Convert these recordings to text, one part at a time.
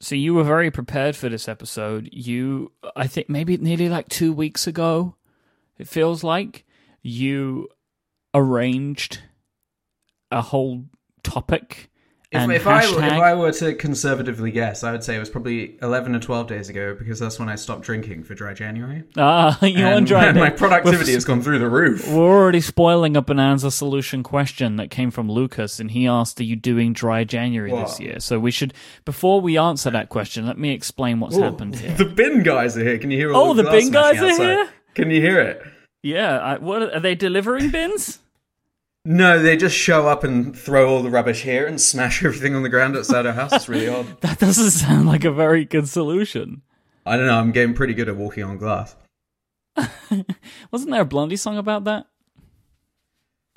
So you were very prepared for this episode. You, I think, maybe nearly like two weeks ago, it feels like you arranged a whole topic If, and if, I, hashtag. if I were to conservatively guess, I would say it was probably 11 or 12 days ago because that's when I stopped drinking for dry January. ah, you And want dry? My We're- productivity has gone through the roof. We're already spoiling a bonanza solution question that came from Lucas, and he asked, "Are you doing dry January Wow. this year?" So we should, before we answer that question, let me explain what's Oh, happened here. The bin guys are here. Can you hear all Oh, the the glass bin guys smashing are outside? here? Can you hear it? Yeah, I, what are they delivering bins? No, they just show up and throw all the rubbish here and smash everything on the ground outside our house. It's really odd. That doesn't sound like a very good solution. I don't know. I'm getting pretty good at walking on glass. Wasn't there a Blondie song about that?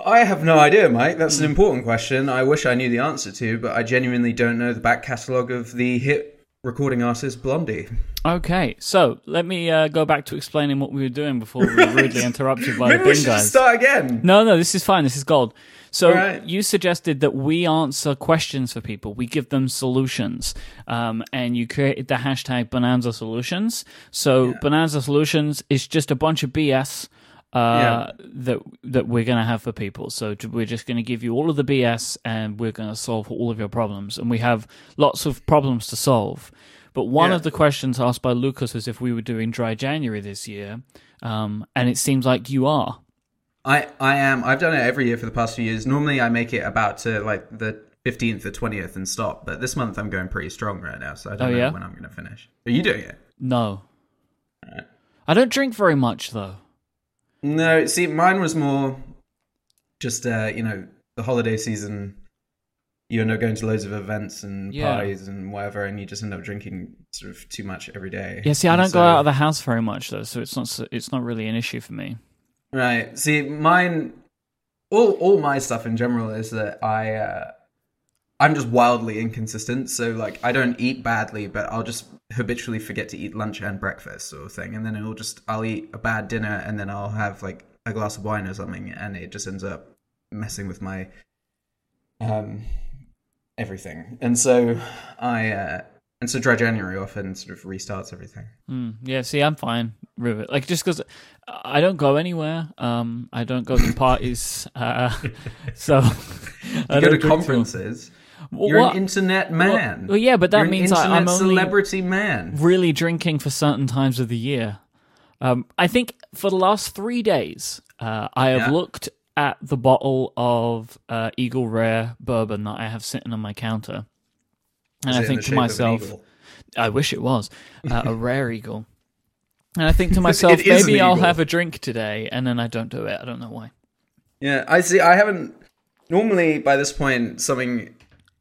I have no idea, Mike. That's an important question. I wish I knew the answer to, but I genuinely don't know the back catalogue of the hit recording artist Blondie. Okay, so let me uh, go back to explaining what we were doing before we were rudely interrupted by the Maybe we bin should just guys. start again. No, no, this is fine. This is gold. So All right. you suggested that we answer questions for people. We give them solutions, um, and you created the hashtag Bonanza Solutions. So Bonanza Solutions is just a bunch of BS. Uh, that that we're gonna have for people. So t- we're just gonna give you all of the BS, and we're gonna solve all of your problems. And we have lots of problems to solve. But one Yeah. of the questions asked by Lucas was if we were doing Dry January this year, um, and it seems like you are. I, I am. I've done it every year for the past few years. Normally, I make it about to like the 15th or 20th and stop, but this month I'm going pretty strong right now, so I don't Oh, know yeah? when I'm going to finish. Are you doing it? No. I don't drink very much though. No, see, mine was more just uh, you know the holiday season. You end up going to loads of events and Yeah. parties and whatever, and you just end up drinking sort of too much every day. Yeah, see, I And don't so- go out of the house very much though, so it's not s- it's not really an issue for me. Right. See, mine, all all my stuff in general is that I, uh, I'm just wildly inconsistent. So like, I don't eat badly, but I'll just habitually forget to eat lunch and breakfast, sort of thing. And then it'll just, I'll eat a bad dinner, and then I'll have like a glass of wine or something, and it just ends up messing with my, um, everything. And so I, uh, and so dry January often sort of restarts everything. Mm, yeah, see, I'm fine with it. Like just because I don't go anywhere, um, I don't go to parties, uh, so I You go don't to drink too much. conferences. Well, You're what- an internet man. well, yeah, but that You're an means I- internet I'm only- celebrity man. really drinking for certain times of the year. Um, I think for the last three days, uh, I have Yeah. looked at the bottle of uh, Eagle Rare bourbon that I have sitting on my counter, and Is it I in think the shape to of an myself, eagle? I wish it was uh, a rare eagle. And I think to myself, It is maybe an I'll eagle. have a drink today, and then I don't do it. I don't know why. Yeah, I see. I haven't. Normally, by this point, something.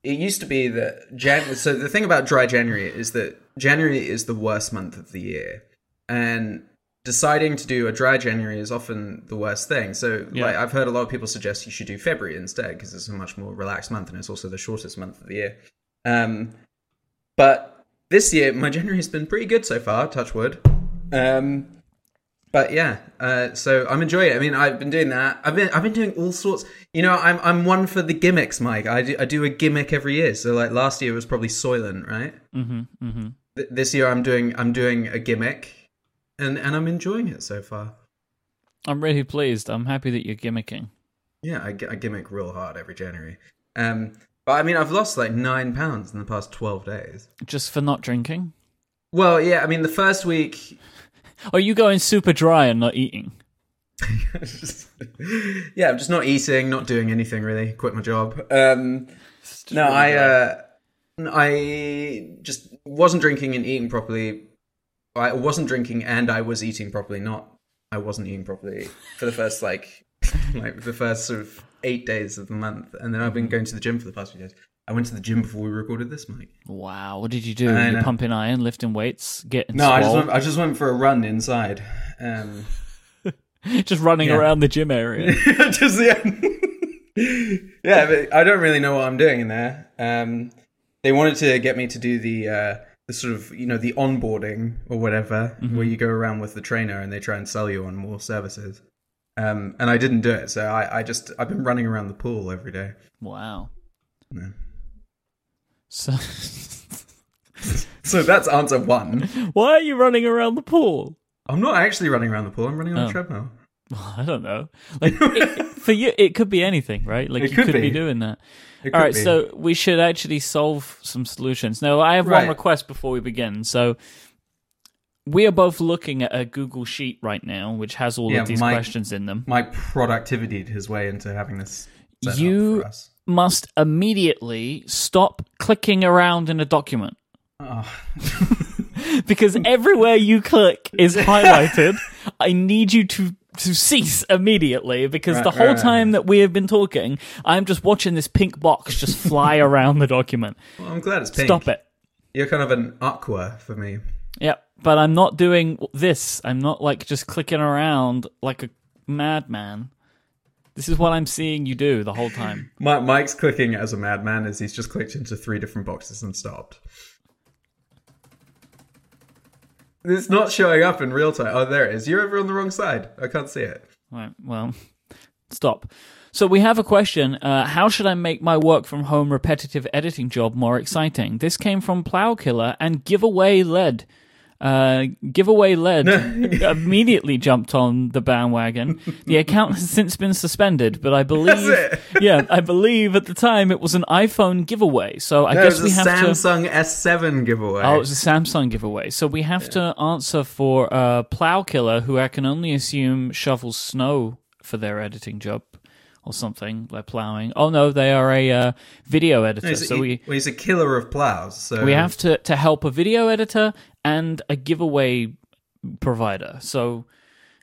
It used to be that Jan. So the thing about dry January is that January is the worst month of the year, and deciding to do a dry January is often the worst thing. So Yeah. like, I've heard a lot of people suggest you should do February instead because it's a much more relaxed month and it's also the shortest month of the year. Um, but this year, my January has been pretty good so far. Touch wood. Um, but yeah, uh, so I'm enjoying it. I mean, I've been doing that. I've been I've been doing all sorts. You know, I'm I'm one for the gimmicks, Mike. I do I do a gimmick every year. So like last year was probably Soylent, right? hmm hmm Th- this year I'm doing I'm doing a gimmick, and and I'm enjoying it so far. I'm really pleased. I'm happy that you're gimmicking. Yeah, I, gi- I gimmick real hard every January. Um, but I mean, I've lost like nine pounds in the past twelve days. Just for not drinking? Well, yeah, I mean, the first week Are you going super dry and not eating? yeah, I'm just not eating, not doing anything really. Quit my job. Um, no, I uh, n- I just wasn't drinking and eating properly. I wasn't drinking and I was eating properly. Not I wasn't eating properly for the first like like the first sort of eight days of the month, and then I've been going to the gym for the past few days. I went to the gym before we recorded this, Mike. Wow, what did you do? I You're know. pumping iron, lifting weights, getting No, I just swole? went, I just went for a run inside. Um, just running Yeah. around the gym area. just yeah. yeah, but I don't really know what I'm doing in there. Um, they wanted to get me to do the uh, the sort of you know the onboarding or whatever, Mm-hmm. where you go around with the trainer and they try and sell you on more services. Um, and I didn't do it, so I, I just I've been running around the pool every day. wow. No. So so that's answer one. Why are you running around the pool? I'm not actually running around the pool. I'm running on a Oh. treadmill. Well, I don't know. Like it, for you, it could be anything, right? Like It you could could be. be. doing that. It All could right, be. so we should actually solve some solutions. Now, I have one Right. request before we begin. So we are both looking at a Google sheet right now, which has all Yeah, of these my- questions in them. my productivity his way into having this. Set You- up for us. Must immediately stop clicking around in a document. Oh, because everywhere you click is highlighted. I need you to to cease immediately because Right, the whole right, right, time that we have been talking, I'm just watching this pink box just fly around the document. well, I'm glad it's pink. Stop it. You're kind of an aqua for me. Yep. But I'm not doing this. I'm not like just clicking around like a madman. This is what I'm seeing you do the whole time. My, Mike's clicking as a madman as he's just clicked into three different boxes and stopped. It's not showing up in real time. Oh, there it is. You're over on the wrong side. I can't see it. Right. Well, stop. So we have a question. Uh, how should I make my work from home repetitive editing job more exciting? This came from Plowkiller and Giveaway Lead. Uh, giveaway Lead immediately jumped on the bandwagon. The account has since been suspended, but I believe, it. yeah, I believe at the time it was an iPhone giveaway. So I No, guess it we was a have to. Samsung S7 giveaway. Oh, it was a Samsung giveaway. So we have to answer for uh, Plow Killer, who I can only assume shovels snow for their editing job or something. They're plowing. Oh no, they are a uh, video editor. he's, so he- we well, he's a killer of plows. So we have to to help a video editor and a giveaway provider. So.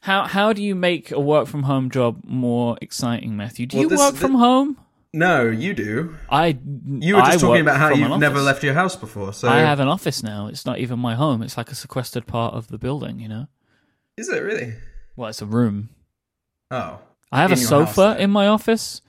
How how do you make a work from home job more exciting, Matthew? Do Well, you this- work from home? No, you do. I You were I just work talking about how from you've an never office. left your house before. So I have an office now. It's not even my home. It's like a sequestered part of the building. You know. Is it really? Well, it's a room. Oh. I have In a your sofa house, in my office,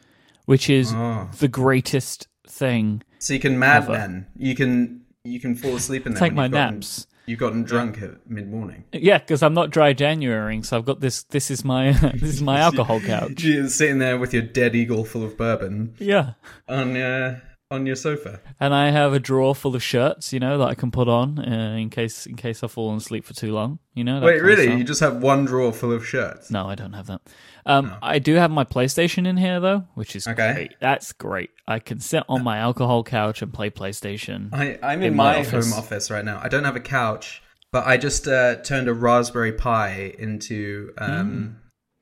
which is Oh. the greatest thing. So you can mad Never. men. You can you can fall asleep in them. Take when my you've gotten- naps. You've gotten drunk at mid morning. Yeah, because I'm not dry Januarying, so I've got this. This is my this is my alcohol couch. You're sitting there with your dead eagle full of bourbon Yeah, on uh, on your sofa. and I have a drawer full of shirts, you know, that I can put on uh, in case in case I fall asleep for too long. You know. that Wait, kind of really? stuff. You just have one drawer full of shirts? No, I don't have that. Um, I do have my PlayStation in here though, which is Okay. great. That's great. I can sit on my alcohol couch and play PlayStation. I, I'm in, In my my, office. home office right now. I don't have a couch, but I just uh, turned a Raspberry Pi into um, Mm.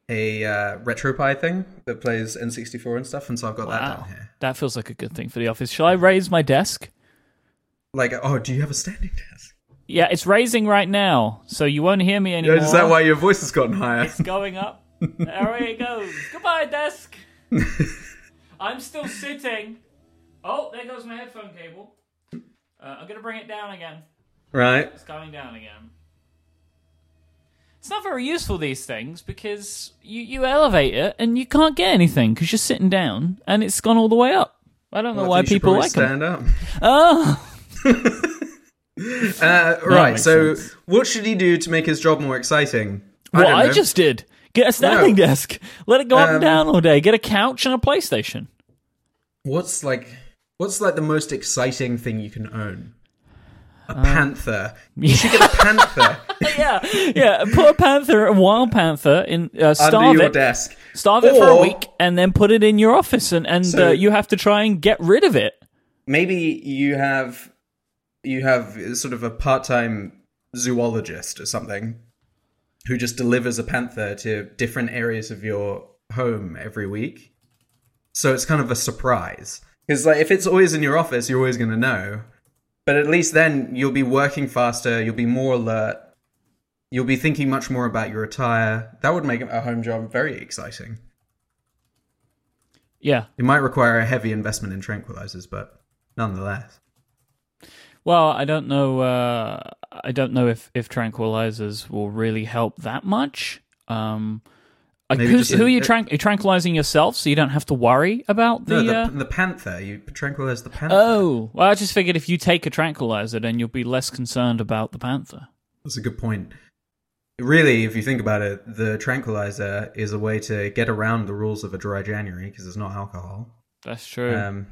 a uh, RetroPie thing that plays N64 and stuff, and so I've got that Wow, down here. that feels like a good thing for the office. Shall I raise my desk? Like, oh, do you have a standing desk? Yeah, it's raising right now, so you won't hear me anymore. Is that why your voice has gotten higher? It's going up. there it goes. Goodbye, desk. I'm still sitting. Oh, there goes my headphone cable. Uh, I'm gonna bring it down again. Right. It's going down again. It's not very useful these things because you you elevate it and you can't get anything because you're sitting down and it's gone all the way up. I don't know I why think you should people probably like them. stand up. Oh. Uh, right. makes So, sense. what should he do to make his job more exciting? What don't I, know. just did. Get a standing No. desk. Let it go up and Um, down all day. Get a couch and a PlayStation. What's like? What's like the most exciting thing you can own? A Um, panther. You should get a panther Oh, yeah, yeah. Put a panther, a wild panther, in uh, under starve your it, desk. starve it for a Or- week, and then put it in your office, and and So- uh, you have to try and get rid of it. Maybe you have you have sort of a part-time zoologist or something who just delivers a panther to different areas of your home every week. So it's kind of a surprise. Because like if it's always in your office, you're always going to know. But at least then you'll be working faster, you'll be more alert, you'll be thinking much more about your attire. That would make a home job very exciting. Yeah. It might require a heavy investment in tranquilizers, but nonetheless. Well, I don't know. Uh, I don't know if if tranquilizers will really help that much. Um, like Maybe who's, just a- who are you, tran- you tranquilizing yourself so you don't have to worry about the. No, the, uh, the panther. You tranquilize the panther. Oh, well, I just figured if you take a tranquilizer, then you'll be less concerned about the panther. That's a good point. Really, if you think about it, the tranquilizer is a way to get around the rules of a dry January because it's not alcohol. That's true. Um,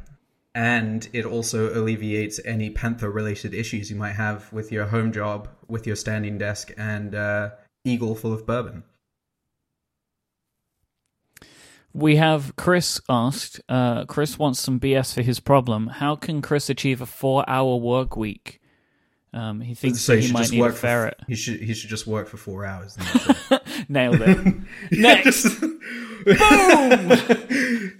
and it also alleviates any panther related issues you might have with your home job with your standing desk and uh, eagle full of bourbon We have Chris asked. Uh, Chris wants some BS for his problem. How can Chris achieve a four-hour work week? Um, he thinks so that you he should might just need a work for ferret. he should he should just work for four hours and that's it. Nailed it. Yeah, just-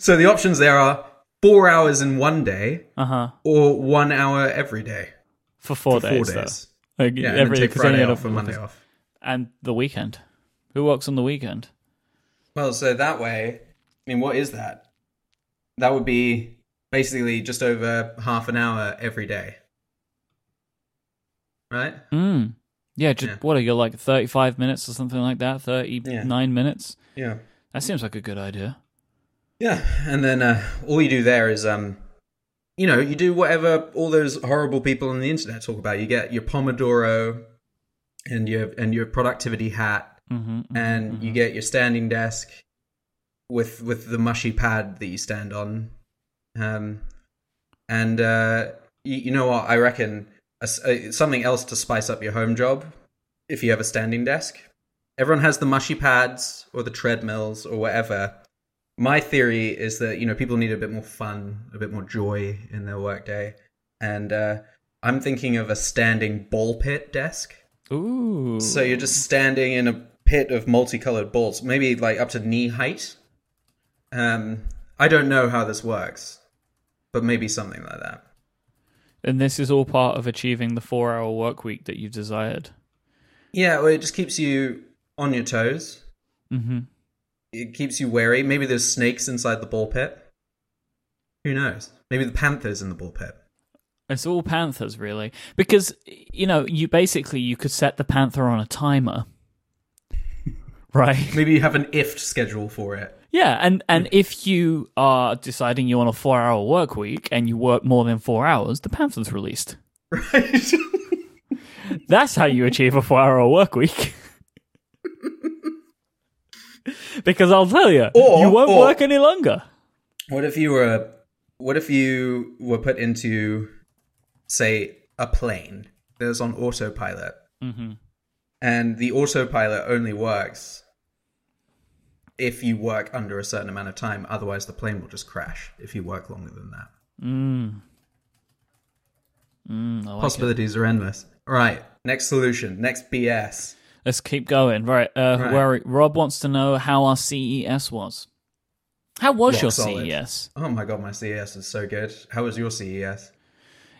so the options there are four hours in one day Uh huh. or one hour every day For four four days. days, though. Like, yeah and every then take because only friday had a- off and monday off and the weekend. Who works on the weekend? Well, so that way, I mean, what is that? That would be basically just over half an hour every day. Right? Mm. Yeah. Just Yeah. what are you like thirty-five minutes or something like that? Thirty-nine minutes. Yeah. That seems like a good idea. Yeah. And then uh, all you do there is, um, you know, you do whatever all those horrible people on the internet talk about. You get your Pomodoro and your and your productivity hat hmm and you get your standing desk with with the mushy pad that you stand on. Um, and uh, you, you know what? I reckon a s uh something else to spice up your home job if you have a standing desk. Everyone has the mushy pads or the treadmills or whatever. My theory is that you know people need a bit more fun, a bit more joy in their workday, and uh, I'm thinking of a standing ball pit desk. Ooh. So you're just standing in a pit of multicolored balls, maybe like up to knee height. Um, I don't know how this works, but maybe something like that. and this is all part of achieving the four-hour work week that you desired. Yeah, well, it just keeps you on your toes. Mm-hmm. It keeps you wary. Maybe there's snakes inside the ball pit. Who knows? Maybe the panther's in the ball pit. It's all panthers, really, because you know you basically you could set the panther on a timer, right? Maybe you have an ift schedule for it. Yeah, and and if you are deciding you want a four-hour work week and you work more than four hours, the panther's released. Right? That's how you achieve a four-hour work week. because I'll tell you, Or- you won't or- work any longer. What if you were what if you were put into say a plane that is on autopilot Mm-hmm. and the autopilot only works if you work under a certain amount of time otherwise the plane will just crash if you work longer than that Mm. I like it. possibilities are endless all right next solution next bs Let's keep going. Right. Uh, Right. Where Rob wants to know how our CES was. How was Rock your E solid. CES? oh my god my ces is so good how was your E ces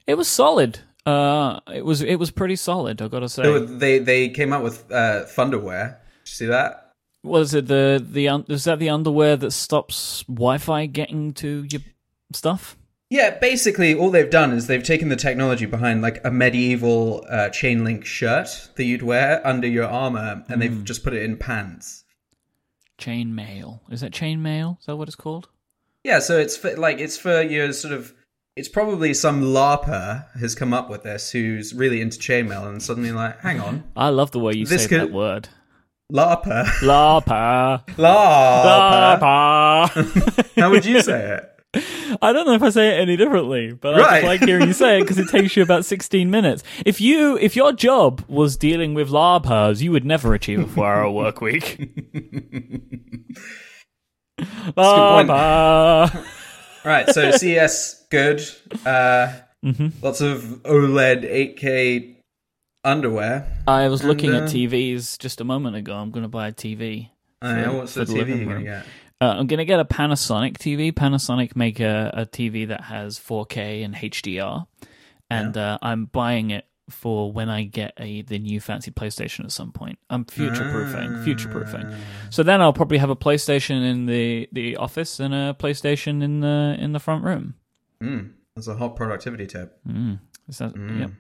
It was solid. Uh, it was it was pretty solid. I gotta they, were- say. they they came out with uh thunderwear did you see that Was it the the un- was that the underwear that stops Wi-Fi getting to your stuff? Yeah, basically, all they've done is they've taken the technology behind like a medieval uh, chain link shirt that you'd wear under your armor, and they've just put it in pants. Chain mail. Is that chain mail? Is that what it's called? Yeah, so it's for, like it's for your sort of. It's probably some larper has come up with this who's really into chainmail, and suddenly like, hang on, I love the way you This say could- that word. larper, Lapa. larper. Lapa. How would you say it? I don't know if I say it any differently, but I Right. just like hearing you say it because it takes you about 16 minutes. If you, if your job was dealing with larpers, you would never achieve a four-hour work week. point. Larpa. All right, so CS good. Uh, Mm-hmm. Lots of E OLED 8K underwear. I was looking uh, at TVs just a moment ago. I'm going to buy a TV. I For- know what's for the the TV living you're gonna room. get. Uh, I'm going to get a Panasonic TV. Panasonic make a, a TV that has 4K and HDR, and uh, I'm buying it for when I get a the new fancy PlayStation at some point. I'm future Mm. proofing, future proofing. So then I'll probably have a PlayStation in the, the office and a PlayStation in the in the front room. Mm, that's a hot productivity tip. Is that, Yep.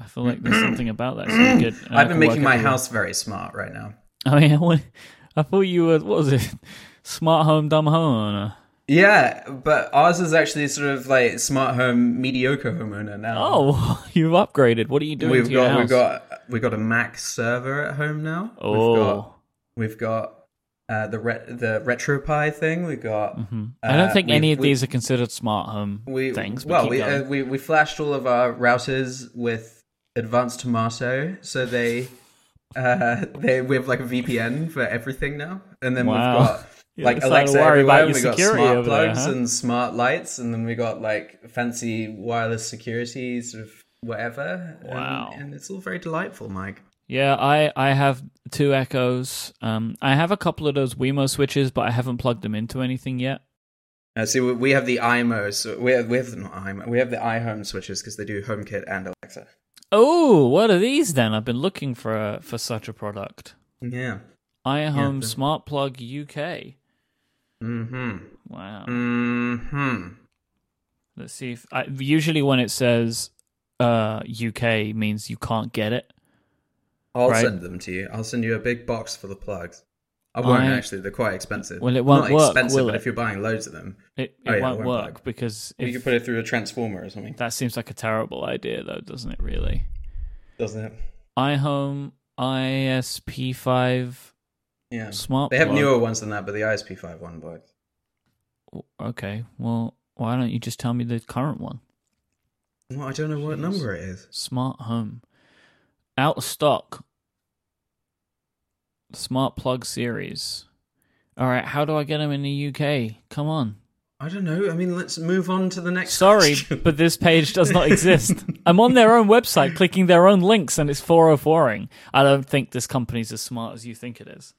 I feel like there's something about that. So good. uh, and I Mm. I've been can work making my everywhere. house very smart right now. Oh yeah, what, I thought you were what was it? Smart home, dumb home. owner. Yeah, but ours is actually sort of like smart home, mediocre homeowner now. Oh, you've upgraded. What are you doing we've to your got house? we've got we've got a Mac server at home now. Oh, We've got, we've got uh, the re- the RetroPie thing. We got. hmm I don't uh, think we- any of we- these are considered smart home we, things. But Well, keep we, going. uh, we we flashed all of our routers with advanced tomato, so they uh they we have like a VPN for everything now, and then Wow. we've got. You Like decided to Alexa worry everywhere, about and your we got security smart over there, plugs huh? and smart lights, and then we got like fancy wireless security, sort of whatever. and- Wow. And, it's all very delightful, Mike. Yeah, I, I have two Echoes. Um, I have a couple of those Wemo switches, but I haven't plugged them into anything yet. Uh, see, we, we have the IMO, so we have, we have not IMO, we have the iHome switches because they do HomeKit and Alexa. Oh, what are these then? I've been looking for a, for such a product. Yeah. iHome the- Smart Plug UK. Mm-hmm. Wow. Mm-hmm. Let's see if I, usually when it says uh, UK means you can't get it. I'll Right. send them to you. I'll send you a big box for the plugs. I won't I- actually. They're quite expensive. Well, it won't Not work, expensive, will but it? if you're buying loads of them, It, it Oh, yeah, it won't won't work work. because you if, can put it through a transformer or something, that seems like a terrible idea, though, doesn't it? Really, doesn't it? iHome ISP5 Yeah. Smart. They have plug. newer ones than that, but the ISP5 one works. Okay, well, why don't you just tell me the current one? Well, I don't know what number it is. Smart home. Out of stock. Smart plug series. All right, how do I get them in the UK? Come on. I don't know. I mean, let's move on to the next. Sorry, question. but this page does not exist. I'm on their own website clicking their own links and it's 404ing. I don't think this company's as smart as you think it is.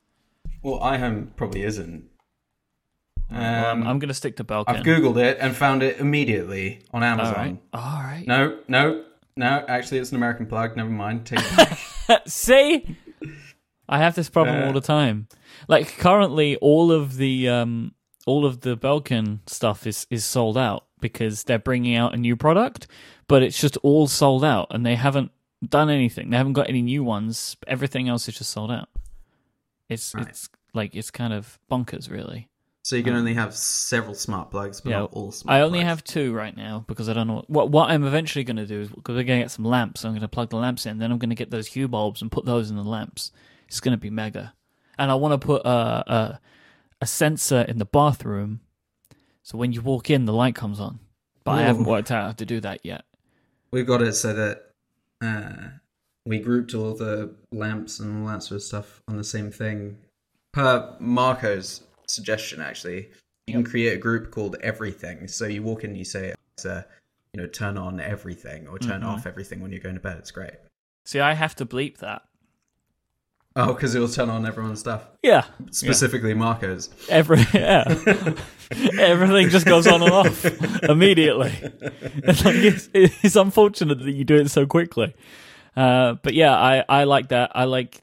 Well, iHome probably isn't. Um, Um, I'm going to stick to Belkin. I've googled it and found it immediately on All Amazon. right. All right. No, no, no. Actually, it's an American plug. Never mind. Take it. See, I have this problem all the time. Like currently, all of the um, all of the Belkin stuff is is sold out because they're bringing out a new product, but it's just all sold out, and they haven't done anything. They haven't got any new ones. Everything else is just sold out. It's it's like it's kind of bonkers, really. So you can only have several smart plugs, but Yeah, not all smart I only plugs. have two right now because I don't know what what I'm eventually going to do is because we're going to get some lamps. I'm going to plug the lamps in, then I'm going to get those hue bulbs and put those in the lamps. It's going to be mega, and I want to put a, a a sensor in the bathroom, so when you walk in, the light comes on. But I haven't Ooh. worked out how to do that yet. We've got it so that uh, we grouped all the lamps and all that sort of stuff on the same thing. Per Marco's suggestion, actually, you can create a group called Everything. So you walk in, you say, Alexa, you know, turn on everything or Mm-hmm. turn off everything when you're going to bed. It's great. See, I have to bleep that. Oh, because it'll turn on everyone's stuff, Yeah, specifically Marco's. every yeah, everything just goes on and off immediately. It's, like, it's, it's unfortunate that you do it so quickly. Uh, but yeah, I, I like that. I like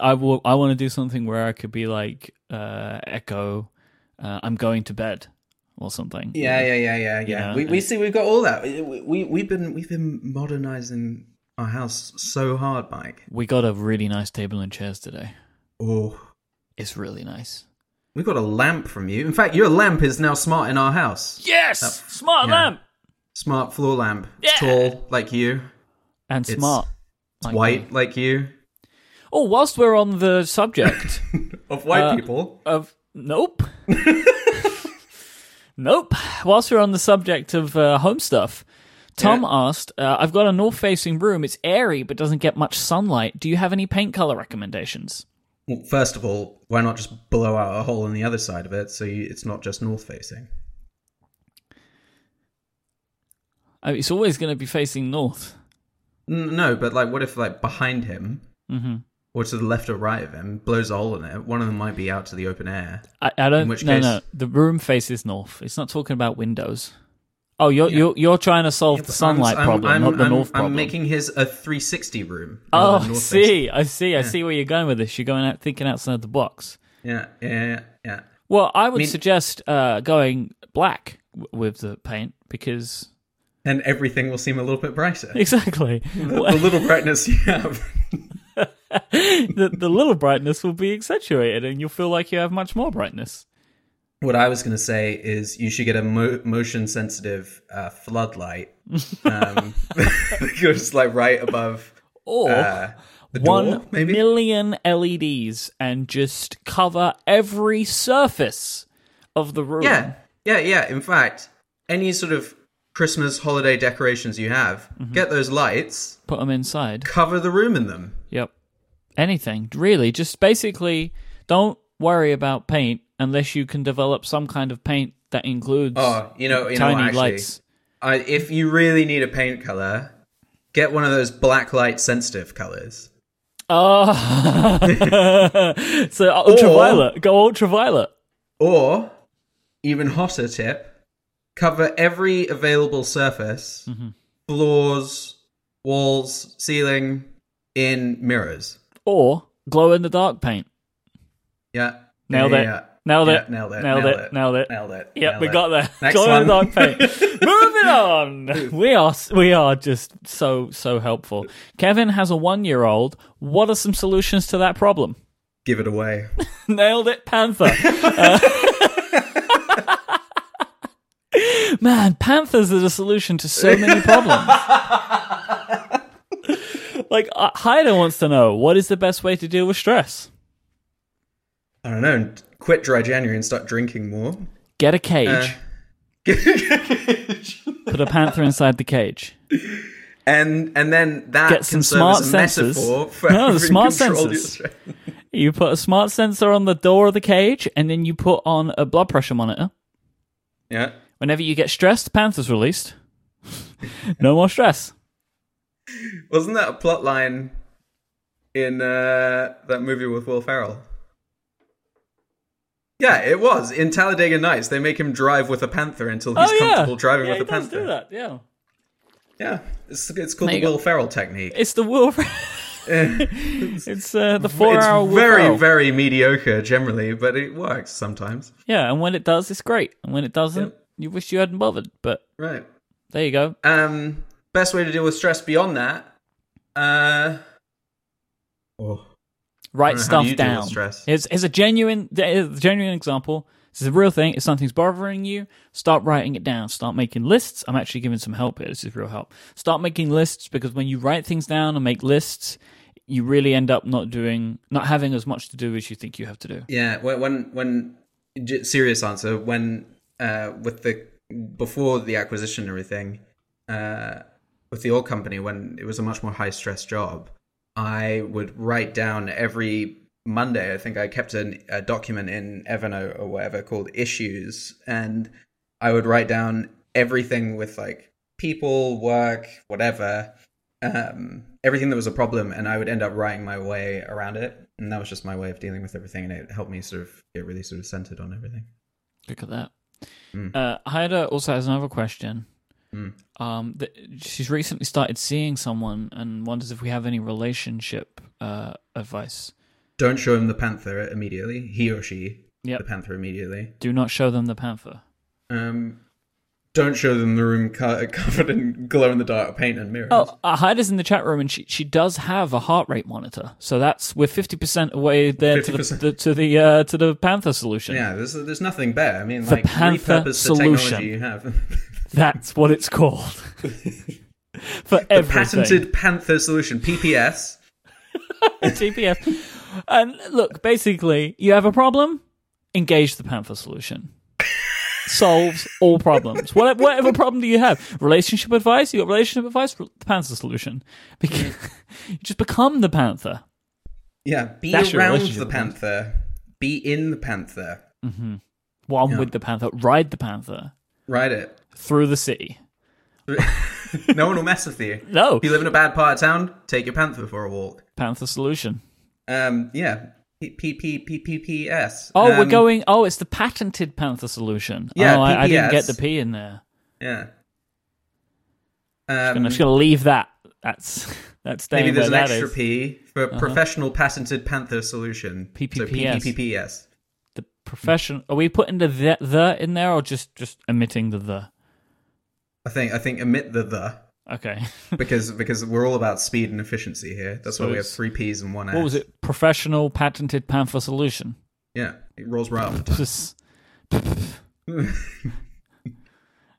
I will I want to do something where I could be like uh, Echo, uh, I'm going to bed or something. Yeah, yeah, yeah, yeah, yeah. know, we we see we've got all that. We, we we've been we've been modernizing our house so hard, Mike. we got a really nice table and chairs today. Oh, It's really nice. we got a lamp from you. In fact, your lamp is now smart in our house. Yes, smart yeah. lamp Smart floor lamp. Yeah. Tall like you. and It's smart It's like white me. like you. Oh, whilst we're on the subject. Of white Uh, people. of nope nope whilst we're on the subject of uh, home stuff tom asked uh, i've got a north facing room it's airy but doesn't get much sunlight do you have any paint color recommendations Well, first of all, why not just blow out a hole in the other side of it so you, it's not just north facing? I mean, it's always going to be facing north N- No, but like, what if like behind him? Mm-hmm. Or to the left or right of him, blows a hole in it. One of them might be out to the open air. i, I don't which no case- no the room faces north it's not talking about windows oh you're you're, you're trying to solve the sunlight problem not the north problem I'm making his a 360 room. oh i rather than north facing. see i see i see where you're going with this you're going out thinking outside the box Yeah, yeah, yeah. Well, I would mean- suggest uh, going black w- with the paint because And everything will seem a little bit brighter. exactly the little brightness you have. the, the little brightness will be accentuated, and you'll feel like you have much more brightness. What I was going to say is you should get a mo- motion sensitive uh, floodlight. Um, that goes like right above Or uh, the The door, one maybe? million LEDs and just cover every surface of the room. Yeah, yeah, yeah. In fact, any sort of Christmas holiday decorations you have, Mm-hmm. get those lights, Put them inside. cover the room in them. Yep. Anything, really. Just basically don't worry about paint unless you can develop some kind of paint that includes Oh, you know, you know, tiny actually, lights. I, if you really need a paint color, get one of those black light sensitive colors. Oh. so ultraviolet. Go ultraviolet. Or, even hotter tip, cover every available surface, Mm-hmm. floors, walls, ceiling, in mirrors. Or glow in the dark paint. Yeah. Nailed yeah, it. Yeah. Nailed Yeah, it. Nailed it. Nailed it. Nailed it. Nailed it. Yep, nailed we it. got there. Next Glow in the one. dark paint. Moving on. We are we are just so so helpful. Kevin has a 1-year-old. What are some solutions to that problem? Give it away. Nailed it, Panther. Uh, man, Panthers are the solution to so many problems. like, uh, Haida wants to know what is the best way to deal with stress? I don't know. Quit dry January and start drinking more. Get a cage, Uh, put a panther inside the cage. and and then that Get some can serve smart as a sensors. metaphor for No, the having smart controlled your sensors. stress. You put a smart sensor on the door of the cage, and then you put on a blood pressure monitor. Yeah. Whenever you get stressed, Panther's released. no more stress. Wasn't that a plot line in uh, that movie with Will Ferrell? Yeah, it was. In Talladega Nights, they make him drive with a panther until he's oh, comfortable yeah. driving yeah, with he a does panther. do that, yeah. Yeah, it's, it's called There the you go. Will Ferrell technique. It's the Will. it's uh, the four hour it's Will. very, Ferrell. very mediocre generally, but it works sometimes. yeah, and when it does, it's great. And when it doesn't, you wish you hadn't bothered. But Right. there you go. Um, best way to deal with stress beyond that. Uh, oh, Write know how stuff you deal with down. stress. It's, it's a genuine, it's a genuine example. This is a real thing. If something's bothering you, start writing it down. Start making lists. I'm actually giving some help here. This is real help. Start making lists because when you write things down and make lists, you really end up not doing, not having as much to do as you think you have to do. yeah. When when, when j- serious answer when uh with the before the acquisition and everything uh with the oil company when it was a much more high stress job, I would write down every Monday. I think I kept an, a document in Evernote or whatever called issues, and I would write down everything with like people, work, whatever, um, everything that was a problem, and I would end up writing my way around it. And that was just my way of dealing with everything, and it helped me sort of get really sort of centered on everything. Look at that. Uh, Haida also has another question. Um, that she's recently started seeing someone and wonders if we have any relationship uh, advice. Don't show him the panther immediately, he or she, Yep. the panther immediately. Do not show them the panther. Um, don't show them the room co- covered in glow in the dark paint and mirrors. Oh, uh, Haida's in the chat room and she, she does have a heart rate monitor. So that's we're fifty percent away there to the, 50%. the to the uh, to the panther solution. Yeah, there's there's nothing better. I mean, like panther repurpose the solution. technology you have. That's what it's called for everything. Patented panther solution, PPS. GPS. And look, basically, you have a problem, engage the Panther solution. Solves all problems. Whatever, whatever problem do you have, relationship advice, you got relationship advice, re- the Panther solution. Because you just become the Panther. Yeah, be That's your around relationship the with them. panther. Be in the panther. One with the Panther, ride the Panther Ride it. through the city. No one will mess with you. No, If you live in a bad part of town, take your panther for a walk. Panther solution. Um, yeah. P P P P P P S. Oh, we're Um, going. Oh, it's the patented Panther solution. Yeah, oh, I, I didn't get PPS. the P in there. Yeah. I'm Um, just going to leave that. That's that's staying maybe there's an where that extra is. Uh-huh. P for professional patented panther solution. So PPPS. PPPS. the profession are we putting the, the the in there or just just omitting the the I think I think omit the the. okay because because we're all about speed and efficiency here. That's why we have it's- three P's and one S. what was it professional patented panther solution Yeah, it rolls right off the tongue. Pss.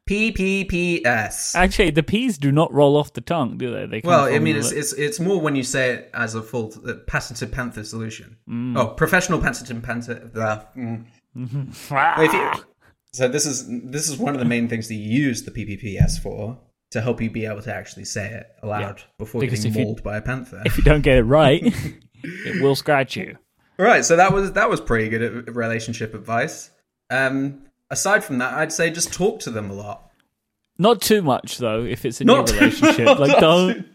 P P P S. Actually, the P's do not roll off the tongue, do they? They come Well, I from mean, the it's, lip. it's it's more when you say it as a full uh, patented panther solution. Mm. Oh, professional patented panther. Uh, mm. If Ah. you- so this is this is one of the main things that you use the PPPS for to help you be able to actually say it aloud before Because getting if you- mauled by a panther. if you don't get it right, it will scratch you. All right, so that was that was pretty good at- relationship advice. Um, aside from that, I'd say just talk to them a lot. Not too much though, if it's in Not- your relationship. like Not- don't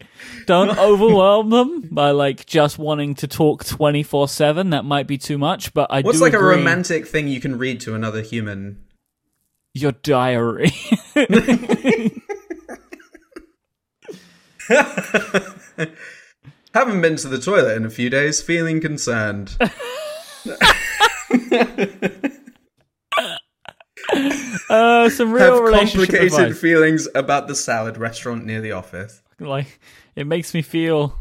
don't overwhelm them by like just wanting to talk twenty four seven. That might be too much, but I What's do like agree. a romantic thing you can read to another human? your diary. Haven't been to the toilet in a few days, feeling concerned. Uh, some real Have relationship complicated advice. feelings about the salad restaurant near the office. like it makes me feel.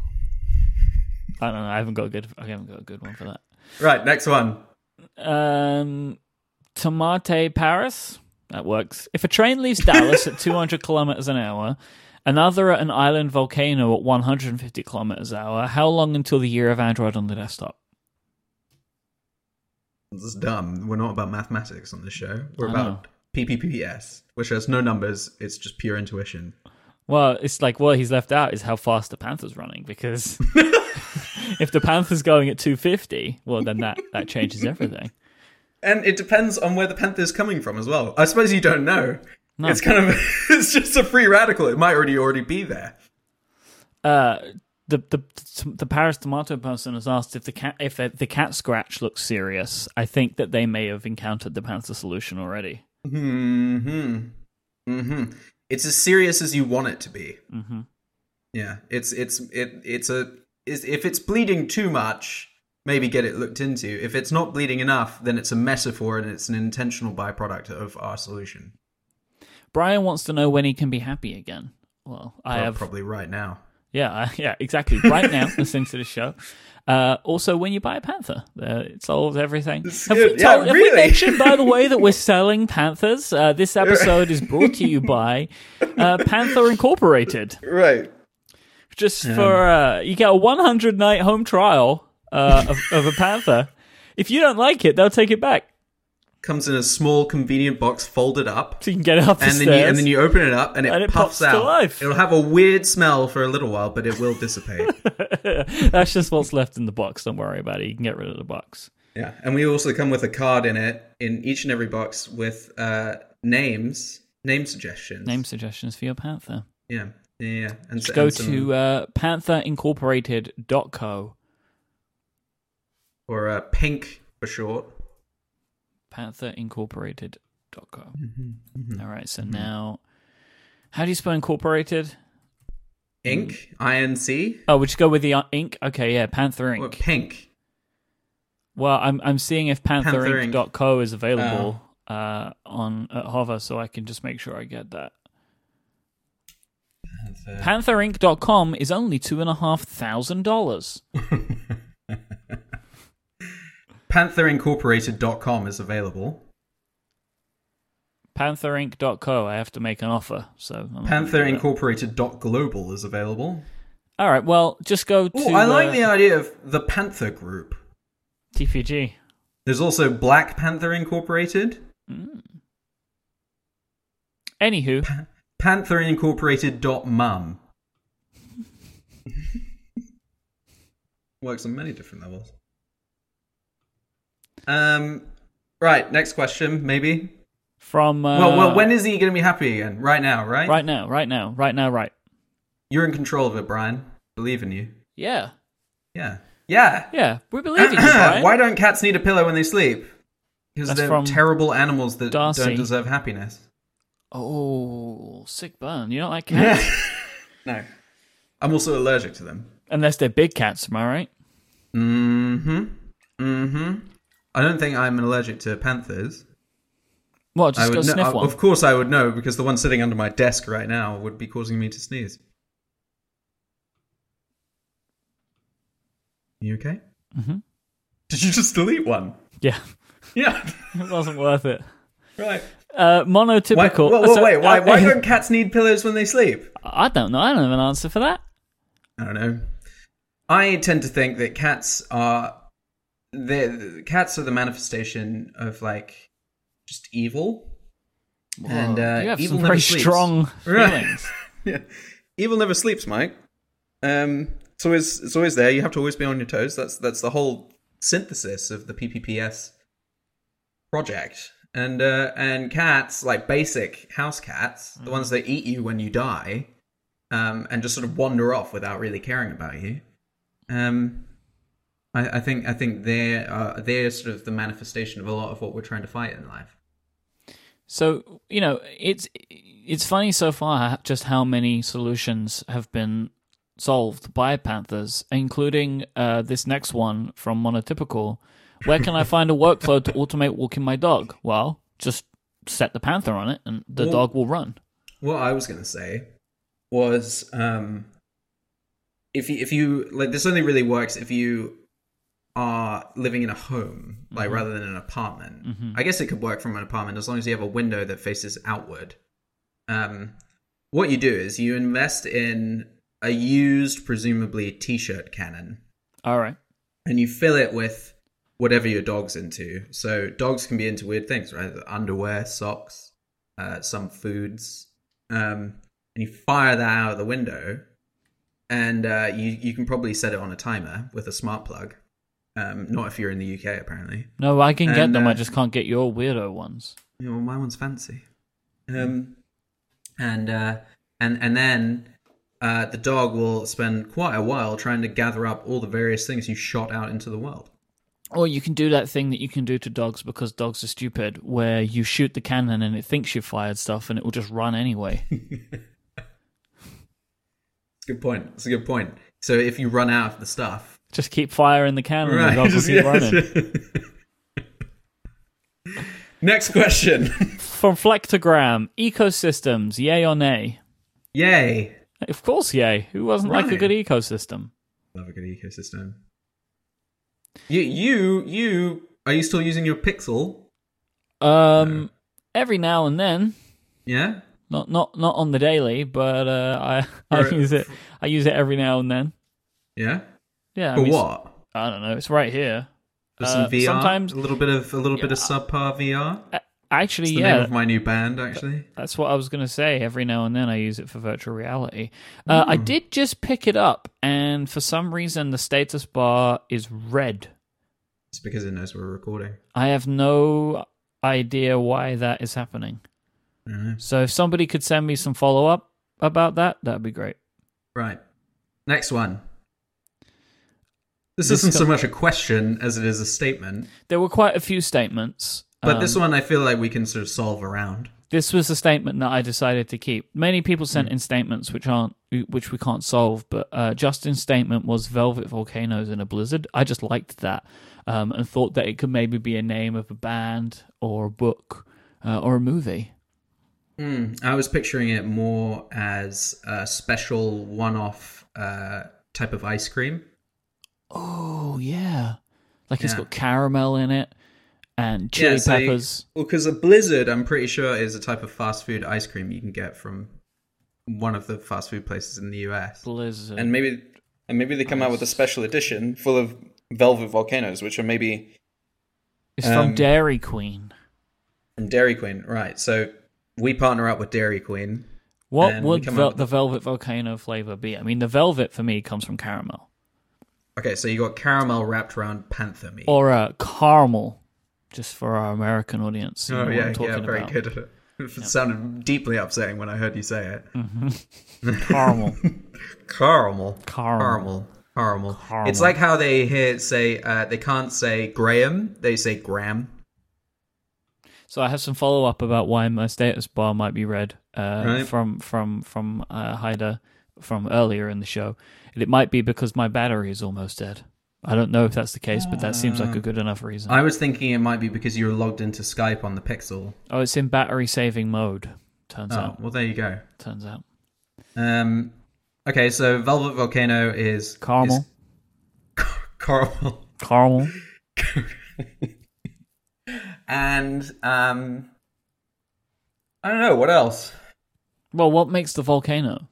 I don't know. I haven't got a good. I haven't got a good one for that. Right, next one. um, Tomate Paris. That works. If a train leaves Dallas at 200 kilometers an hour, another at an island volcano at 150 kilometers an hour, how long until the year of Android on the desktop? This is dumb. We're not about mathematics on this show. We're I about PPPS, which has no numbers. It's just pure intuition. Well, it's like what he's left out is how fast the Panther's running because if the Panther's going at 250, well, then that, that changes everything. And it depends on where the panther is coming from as well. I suppose you don't know. No. It's kind of it's just a free radical. It might already already be there. Uh, the the the Paris tomato person has asked if the cat if the, the cat scratch looks serious. I think that they may have encountered the panther solution already. Hmm. Hmm. It's as serious as you want it to be. Mm-hmm. Yeah. It's it's it it's a is if it's bleeding too much, maybe get it looked into. If it's not bleeding enough, then it's a metaphor and it's an intentional byproduct of our solution. Brian wants to know when he can be happy again. Well, I Well, have probably right now. yeah I- yeah exactly right now listening to the show. Uh, also, when you buy a panther, uh, it solves everything. Have we, good. Yeah, told- have we really. mentioned, by the way, that we're selling panthers? Uh, this episode is brought to you by uh, Panther Incorporated. Right. just for uh, you get a 100 night home trial uh, of, of a panther. If you don't like it, they'll take it back, Comes in a small, convenient box, folded up. so you can get it up the and stairs. then you and then you open it up and it, And it puffs, pops to out. life. It'll have a weird smell for a little while, but it will dissipate. That's just what's left in the box. Don't worry about it. You can get rid of the box. yeah, and we also come with a card in it in each and every box with uh, names, name suggestions, Name suggestions for your panther. Yeah, yeah, yeah. And so, Go and some- to uh, pantherincorporated.co. or uh, pink for short. Pantherincorporated.co. Mm-hmm. All right. So now, how do you spell incorporated? Mm. Ink, I N C, Oh, we just go with the uh, ink. Okay, yeah, Panther or Inc. pink. Well, I'm I'm seeing if Panther Oh. pantherinc.co is available uh, on at Hover, so I can just make sure I get that. Pantherinc.com is only two and a half thousand dollars. Pantherincorporated.com is available. Pantherinc.co. I have to make an offer, so I'm not gonna do that. Pantherincorporated.global is available. All right. Well, just go to Oh, I like uh, the idea of the Panther Group. TPG. There's also Black Panther Incorporated. Mm. Anywho, pantherincorporated.mum. Works on many different levels. Um, right, next question, maybe. from uh, well, well, when is he going to be happy again? Right now, right? right now, right now, right now, right. You're in control of it, Brian. Believe in you. Yeah, Yeah. Yeah. yeah. We believe in you, Brian. Why don't cats need a pillow when they sleep? Because That's they're from terrible animals that Darcy. don't deserve happiness. Oh, sick burn. You don't like cats no. I'm also allergic to them. unless they're big cats. Am I right? Mm-hmm. Mm-hmm. I don't think I'm allergic to panthers. Well, just I go would know, sniff one. Of course I would know, because the one sitting under my desk right now would be causing me to sneeze. You okay? Mm-hmm. Did you just delete one? Yeah, Yeah. it wasn't worth it. Right. Uh, Why, monotypical. whoa, whoa, so- wait, why, uh, why don't cats need pillows when they sleep? I don't know. I don't have an answer for that. I don't know. I tend to think that cats are the cats are the manifestation of like just evil. And uh, you have evil some never very sleeps. strong Right. feelings. yeah. Evil never sleeps, Mike. Um, it's always it's always there. You have to always be on your toes. That's that's the whole synthesis of the PPPS project. And uh, and cats, like basic house cats, the ones that eat you when you die, um, and just sort of wander off without really caring about you. Um, I, I think I think they're uh, they're sort of the manifestation of a lot of what we're trying to fight in life. So you know, it's it's funny so far just how many solutions have been solved by panthers, including uh, this next one from Monotypical. Where can I find a workflow to automate walking my dog? Well, just set the panther on it, and the Well- dog will run. what I was gonna say was um, if you, if you like this only really works if you are living in a home like rather than an apartment. I guess it could work from an apartment as long as you have a window that faces outward. Um, what you do is you invest in a used, presumably t-shirt cannon, All right. and you fill it with whatever your dog's into. So dogs can be into weird things, right? Underwear, socks, uh, some foods, um, and you fire that out of the window, and uh, you you can probably set it on a timer with a smart plug. Um, not if you're in the UK, apparently. No, I can get And, them. uh, I just can't get your weirdo ones. You know, my one's fancy. Um, and uh, and and then uh, the dog will spend quite a while trying to gather up all the various things you shot out into the world. Or you can do that thing that you can do to dogs because dogs are stupid, where you shoot the cannon and it thinks you've fired stuff and it will just run anyway. Good point. That's a good point. So if you run out of the stuff, just keep firing the cannon and the dog will just- keep running. yeah. Next question. From Flectogram, ecosystems, yay or nay? Yay! Of course, yay. Who wasn't like a Right. good ecosystem? Love a good ecosystem. You, you, you. Are you still using your Pixel? Um, every now and then, Yeah. not not not on the daily, but uh, I I For- use it. I use it every now and then. Yeah. Yeah, I For mean, what? I don't know. It's right here. For some uh, VR. sometimes- a little bit of a little bit of subpar VR. A- Actually, It's the yeah, name of my new band, actually. That's what I was going to say. Every now and then I use it for virtual reality. Uh, Hmm. I did just pick it up, and for some reason the status bar is red. It's because it knows we're recording. I have no idea why that is happening. I don't know. So if somebody could send me some follow up about that, that'd be great. Right. Next one. This, This isn't so got- much a question as it is a statement, There were quite a few statements, but um, this one I feel like we can sort of solve around. this was a statement that I decided to keep. Many people sent Mm. in statements which aren't which we can't solve, but uh, Justin's statement was "Velvet Volcanoes in a Blizzard." I just liked that um, and thought that it could maybe be a name of a band or a book uh, or a movie. Hmm, I was picturing it more as a special one-off uh, type of ice cream. Oh yeah, like it's Yeah. got caramel in it and chili Yeah, so you- peppers. Well, because a blizzard, I'm pretty sure, is a type of fast food ice cream you can get from one of the fast food places in the US. Blizzard. and maybe and maybe they come out with a special edition full of velvet volcanoes, which are maybe it's from um, Dairy Queen. from Dairy Queen, right? So we partner up with Dairy Queen. What and we would come vel- up with- the Velvet Volcano flavor be? I mean, the velvet for me comes from caramel Okay, so you got caramel wrapped around panther meat. or a caramel, just for our American audience. you know oh what yeah, I'm yeah, talking very about. good. It sounded deeply upsetting when I heard you say it. Caramel. Caramel. Caramel. Caramel. Caramel. Caramel. It's like how they here say uh, they can't say Graham, they say Graham. so I have some follow up about why my status bar might be red uh, Right. from from from uh, Haida from earlier in the show. And it might be because my battery is almost dead. I don't know if that's the case, but that seems Uh. like a good enough reason. I was thinking it might be because you were logged into Skype on the Pixel. oh, it's in battery saving mode. Turns Oh, out. well, there you go. Turns out. Um, okay, so Velvet Volcano is Caramel. is- caramel, Caramel. and um, I don't know what else. Well, what makes the volcano?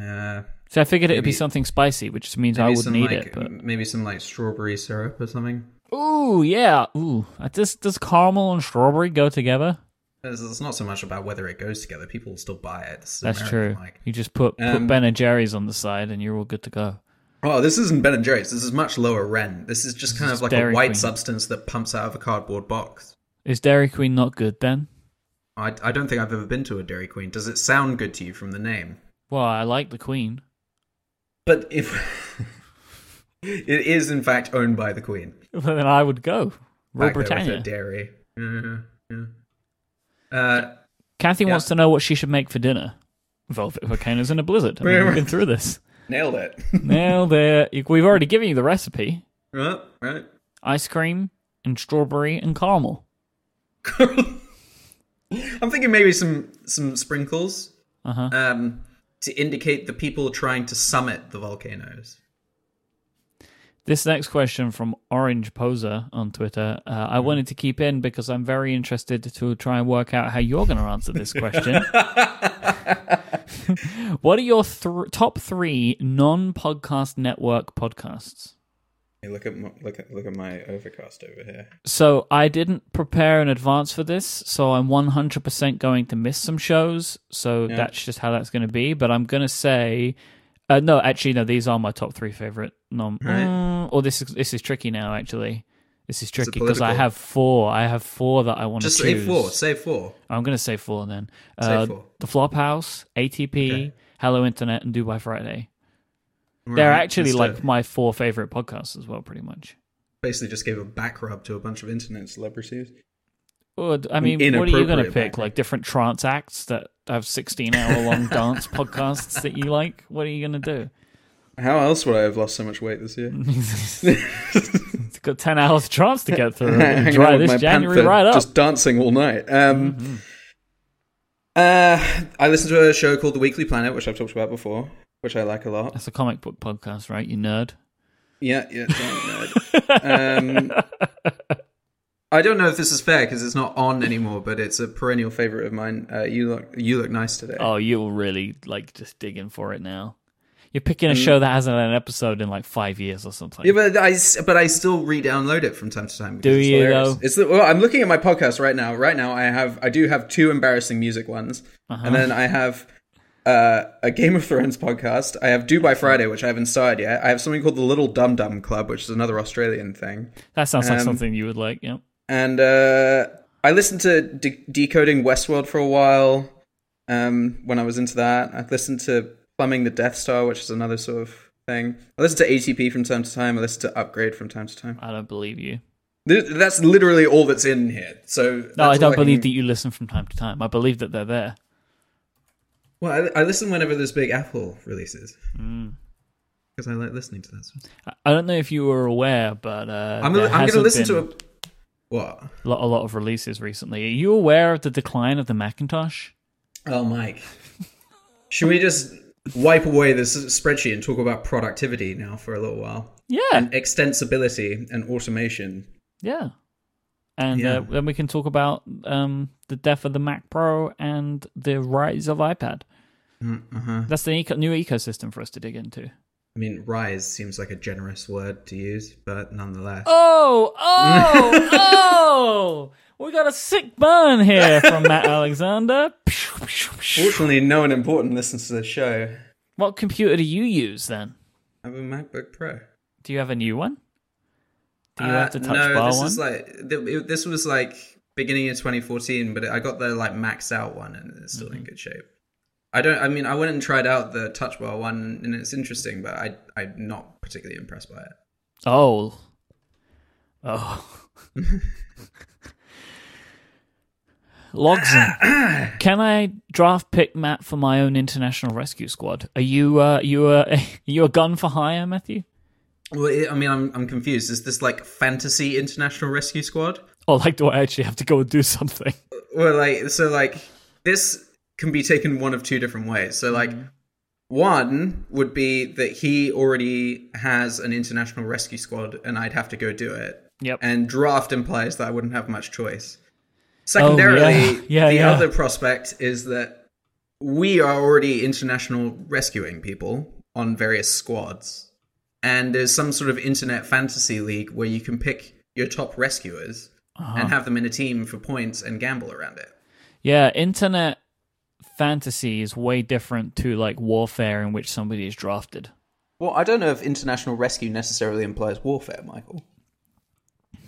Uh, So I figured it would be Maybe- something spicy, which means I maybe wouldn't some eat like it. But maybe some like strawberry syrup or something. ooh, yeah, ooh. I just does caramel and strawberry go together? It's, it's not so much about whether it goes together. People will still buy it. This is That's American, true. Like, You just put put Um, Ben and Jerry's on the side, and you're all good to go. oh, this isn't Ben and Jerry's. This is much lower rent. This is just kind is of like Dairy a white Queen. substance that pumps out of a cardboard box. Is Dairy Queen not good then? I, I don't think I've ever been to a Dairy Queen. Does it sound good to you from the name? Well, I like the Queen. But if it is in fact owned by the Queen, Well, then I would go. Royal back there with her Britannia. dairy. Yeah, yeah. Uh, Kathy Yeah. wants to know what she should make for dinner. Velvet volcanoes in a blizzard. I mean, we've been through this. nailed it. Now there, we've already given you the recipe: right, right. ice cream and strawberry and caramel. I'm thinking maybe some some sprinkles Uh-huh. um, to indicate the people trying to summit the volcanoes. This next question from Orange Poser on Twitter, uh, I wanted to keep in because I'm very interested to try and work out how you're going to answer this question. what are your th- top three non-podcast network podcasts? look at my, look at look at my overcast over here. So I didn't prepare in advance for this, so I'm 100% going to miss some shows. So that's just how that's going to be. But I'm going to say, uh, no, actually, no. These are my top three favorite. nom Right. Mm, or this is this is tricky now. Actually, this is tricky because I political? have four. I have four that I want Just to say choose. four. Say four. I'm going to say four then. Say Uh, four. The Flophouse, ATP, Okay. Hello Internet, and Dubai Friday. Right, They're actually let's do like it. my four favorite podcasts as well, pretty much. basically just gave a back rub to a bunch of internet celebrities. Well, I mean, what are you going to inappropriate pick? background. Like different trance acts that have 16 hour long dance podcasts that you like? What are you going to do? How else would I have lost so much weight this year? It's got 10 hours of trance to get through. and Dry this January right up. Mm-hmm. just dancing all night. Um, Uh, I listen to a show called The Weekly Planet, which I've talked about before, which I like a lot. That's a comic book podcast, right? You nerd. Yeah, yeah. don't nerd. um, I don't know if this is fair because it's not on anymore, but it's a perennial favorite of mine. Uh, you look, you look nice today. Oh, you're really like just digging for it now. You're picking a show that hasn't had an episode in like five years or something. Yeah, but I s- but I still re-download it from time to time. because Do it's you, hilarious. though? It's the, well, I'm looking at my podcast right now. Right now, I have I do have two embarrassing music ones, Uh-huh. and then I have uh, a Game of Thrones podcast. I have Do by Friday, which I haven't started yet. I have something called the Little Dum Dum Club, which is another Australian thing, that sounds like um, something you would like. Yep. and uh, I listened to De- Decoding Westworld for a while um, when I was into that. I listened to Plumbing the Death Star, which is another sort of thing. I listen to ATP from time to time. I listen to Upgrade from time to time. I don't believe you. Th- That's literally all that's in here. So that's No, I all don't believe that can- you listen from time to time. I believe that they're there. Well, I, I listen whenever this big Apple releases Mm. because I like listening to that. Stuff. I- I don't know if you were aware, but uh, I'm there gonna, I'm gonna hasn't listen been- to a what? a lot, a lot of releases recently. Are you aware of the decline of the Macintosh? Oh, Mike, should we just wipe away this spreadsheet and talk about productivity now for a little while? Yeah, Extensibility and automation. yeah. And Yeah. Uh, then we can talk about um, the death of the Mac Pro and the rise of iPad. That's the eco- new ecosystem for us to dig into. I mean, rise seems like a generous word to use, but nonetheless. Oh, oh, oh! We got a sick burn here from Matt Alexander. Fortunately, no one important listens to the show. what computer do you use then? I have a MacBook Pro. Do you have a new one? Do you Uh, have the touch no, bar this one? is like th- it- this was like beginning of 2014, but I got the like max out one, and it's still Mm-hmm. in good shape. I don't. I mean, I went and tried out the touch bar one, and it's interesting, but I I'm not particularly impressed by it. Oh. Oh. Logson, can I draft pick Matt for my own international rescue squad? Are you uh, you uh, are you a gun for hire, Matthew, Well, it, I mean, I'm I'm confused. Is this like fantasy international rescue squad, or Oh, like do I actually have to go and do something? or like so like this can be taken one of two different ways. So like. Mm-hmm. One would be that he already has an international rescue squad, and I'd have to go do it. Yep. and draft implies that I wouldn't have much choice. Secondarily, Oh, Yeah, the yeah. other prospect is that we are already international rescuing people on various squads. And there's some sort of internet fantasy league where you can pick your top rescuers Uh-huh. and have them in a team for points and gamble around it. Yeah, internet fantasy is way different to like warfare in which somebody is drafted. Well, I don't know if international rescue necessarily implies warfare, Michael.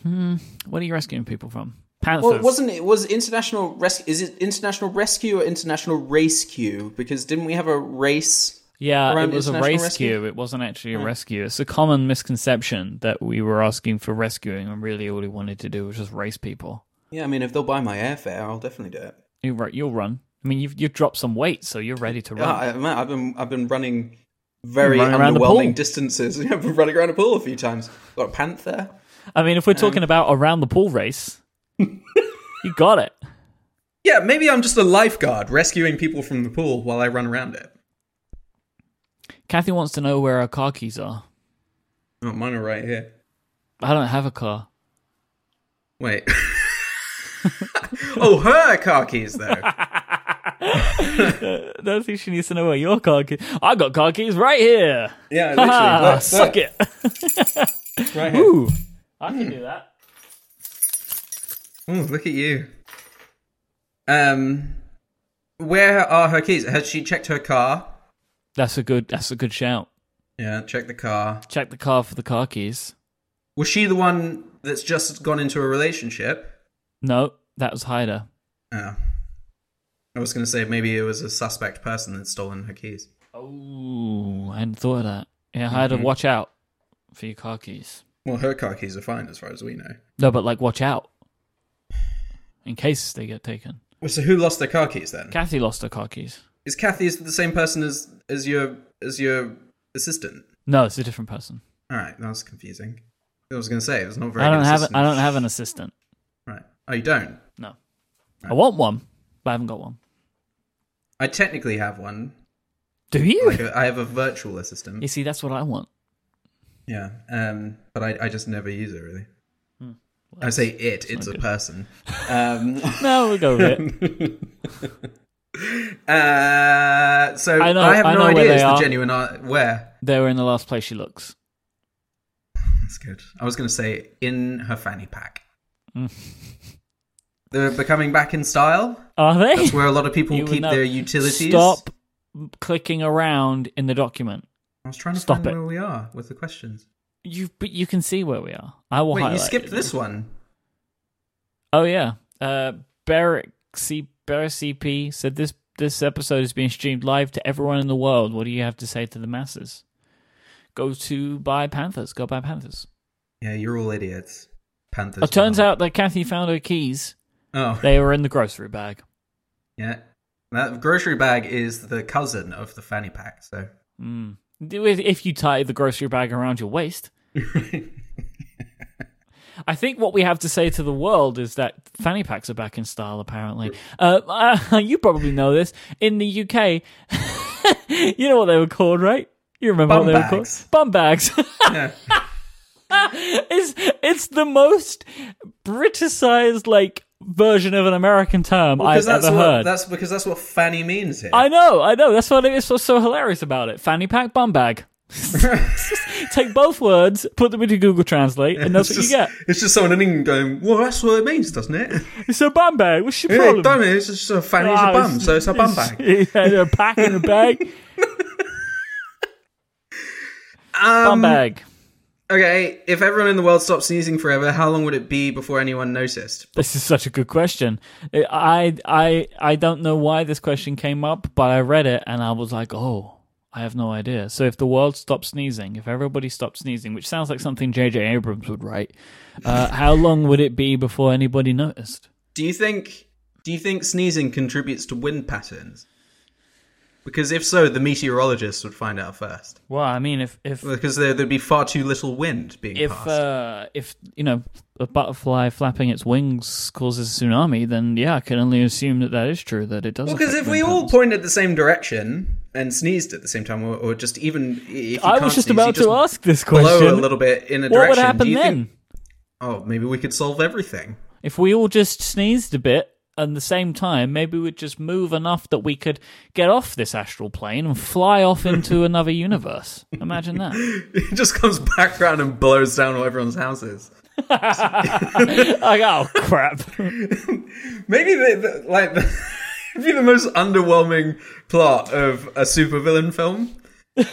What are you rescuing people from? Panthers. Well, wasn't it was international rescue? Is it international rescue or international rescue? Because didn't we have a race? yeah, around it was a international rescue. rescue? It wasn't actually a rescue. It's a common misconception that we were asking for rescuing and really all we wanted to do was just race people. Yeah, I mean, if they'll buy my airfare, I'll definitely do it. You ru- You'll run. I mean, you've you've dropped some weight, so you're ready to run. Yeah, I, man, I've been I've been running very Running around a pool. underwhelming distances. Yeah, I've been running around a pool a few times. Got a panther. I mean, if we're talking about around the pool race, you got it. Yeah, maybe I'm just a lifeguard rescuing people from the pool while I run around it. Kathy wants to know where our car keys are. Oh, mine are right here. I don't have a car. Wait. oh, her car keys though. Don't think she needs to know where your car keys. I got car keys right here. Yeah, Ah, literally. suck it. it. Right here. Ooh, I can do that. Ooh, look at you. Um, where are her keys? Has she checked her car? That's a good. That's a good shout. Yeah, check the car. Check the car for the car keys. Was she the one that's just gone into a relationship? No, that was Hyder. Oh. I was going to say maybe it was a suspect person that's stolen her keys. Oh, I hadn't thought of that. Yeah, Hyder, watch out for your car keys. Well, her car keys are fine as far as we know. No, but like, watch out in case they get taken. Well, so who lost their car keys then? Kathy lost her car keys. Is Kathy the same person as as your as your assistant? No, it's a different person. All right, that was confusing. I was going to say it was not very. I don't good have. assistant. I don't have an assistant. Right. Oh, you don't. No, I want one, but I haven't got one. I technically have one. Do you? Like a, I have a virtual assistant. You see, that's what I want. Yeah. Um, but I, I just never use it really. Hmm. I say it. It's a person. Um, No, we'll go with it. uh, so I I, know- have I no know where idea. they is the are. genuine ar- where? they were in the last place she looks. That's good. I was going to say in her fanny pack. They're becoming back in style. Are they? That's where a lot of people You would keep know. their utilities. Stop clicking around in the document. I was trying to Stop find it. where we are with the questions. You but you can see where we are. I will Wait, highlight. you skipped it. this one. Oh yeah. Uh Beric C Beric CP said this this episode is being streamed live to everyone in the world. What do you have to say to the masses? Go to buy Panthers. Go buy Panthers. Yeah, you're all idiots. Panthers. It turns are- out that Kathy found her keys. Oh, They were in the grocery bag. yeah. That grocery bag is the cousin of the fanny pack. So Mm. If you tie the grocery bag around your waist. I think what we have to say to the world is that fanny packs are back in style, apparently. Uh, uh, you probably know this. In the UK, you know what they were called, right? You remember Bum what they were called? bags. Bum bags. yeah. it's, it's the most Briticized, like, version of an American term I've because that's ever what heard. that's because that's what fanny means here. I know, I know. That's what it is. What's so hilarious about it? Fanny pack, bum bag. Take both words, put them into Google Translate, and that's what just, you get. It's just someone in England going, well, that's what it means, doesn't it? It's a bum bag. What's your Yeah, problem? don't it? It's just a fanny's Ah, a bum, so it's a bum bag. it's a pack in a bag. Um, bum bag. Okay, if everyone in the world stopped sneezing forever, how long would it be before anyone noticed? This is such a good question. I I I don't know why this question came up, but I read it and I was like, oh, I have no idea. So if the world stopped sneezing, if everybody stopped sneezing, which sounds like something J.J. Abrams would write, uh, how long would it be before anybody noticed? Do you think do you think sneezing contributes to wind patterns? Because if so, the meteorologists would find out first. Well, I mean, if if Because there, there'd be far too little wind being if passed. uh, if you know a butterfly flapping its wings causes a tsunami, then yeah, I can only assume that that is true. That it does. well, because affect if we wind all patterns. pointed the same direction and sneezed at the same time, or, or just even if you I can't was just sneeze, you about to ask this blow question. a little bit in a what direction. would do happen you then? Think, oh, maybe we could solve everything. If we all just sneezed a bit at the same time, maybe we'd just move enough that we could get off this astral plane and fly off into another universe. Imagine that. It just comes back around and blows down all everyone's houses. Like, oh, crap. Maybe the, the like the, it'd be the most underwhelming plot of a supervillain film.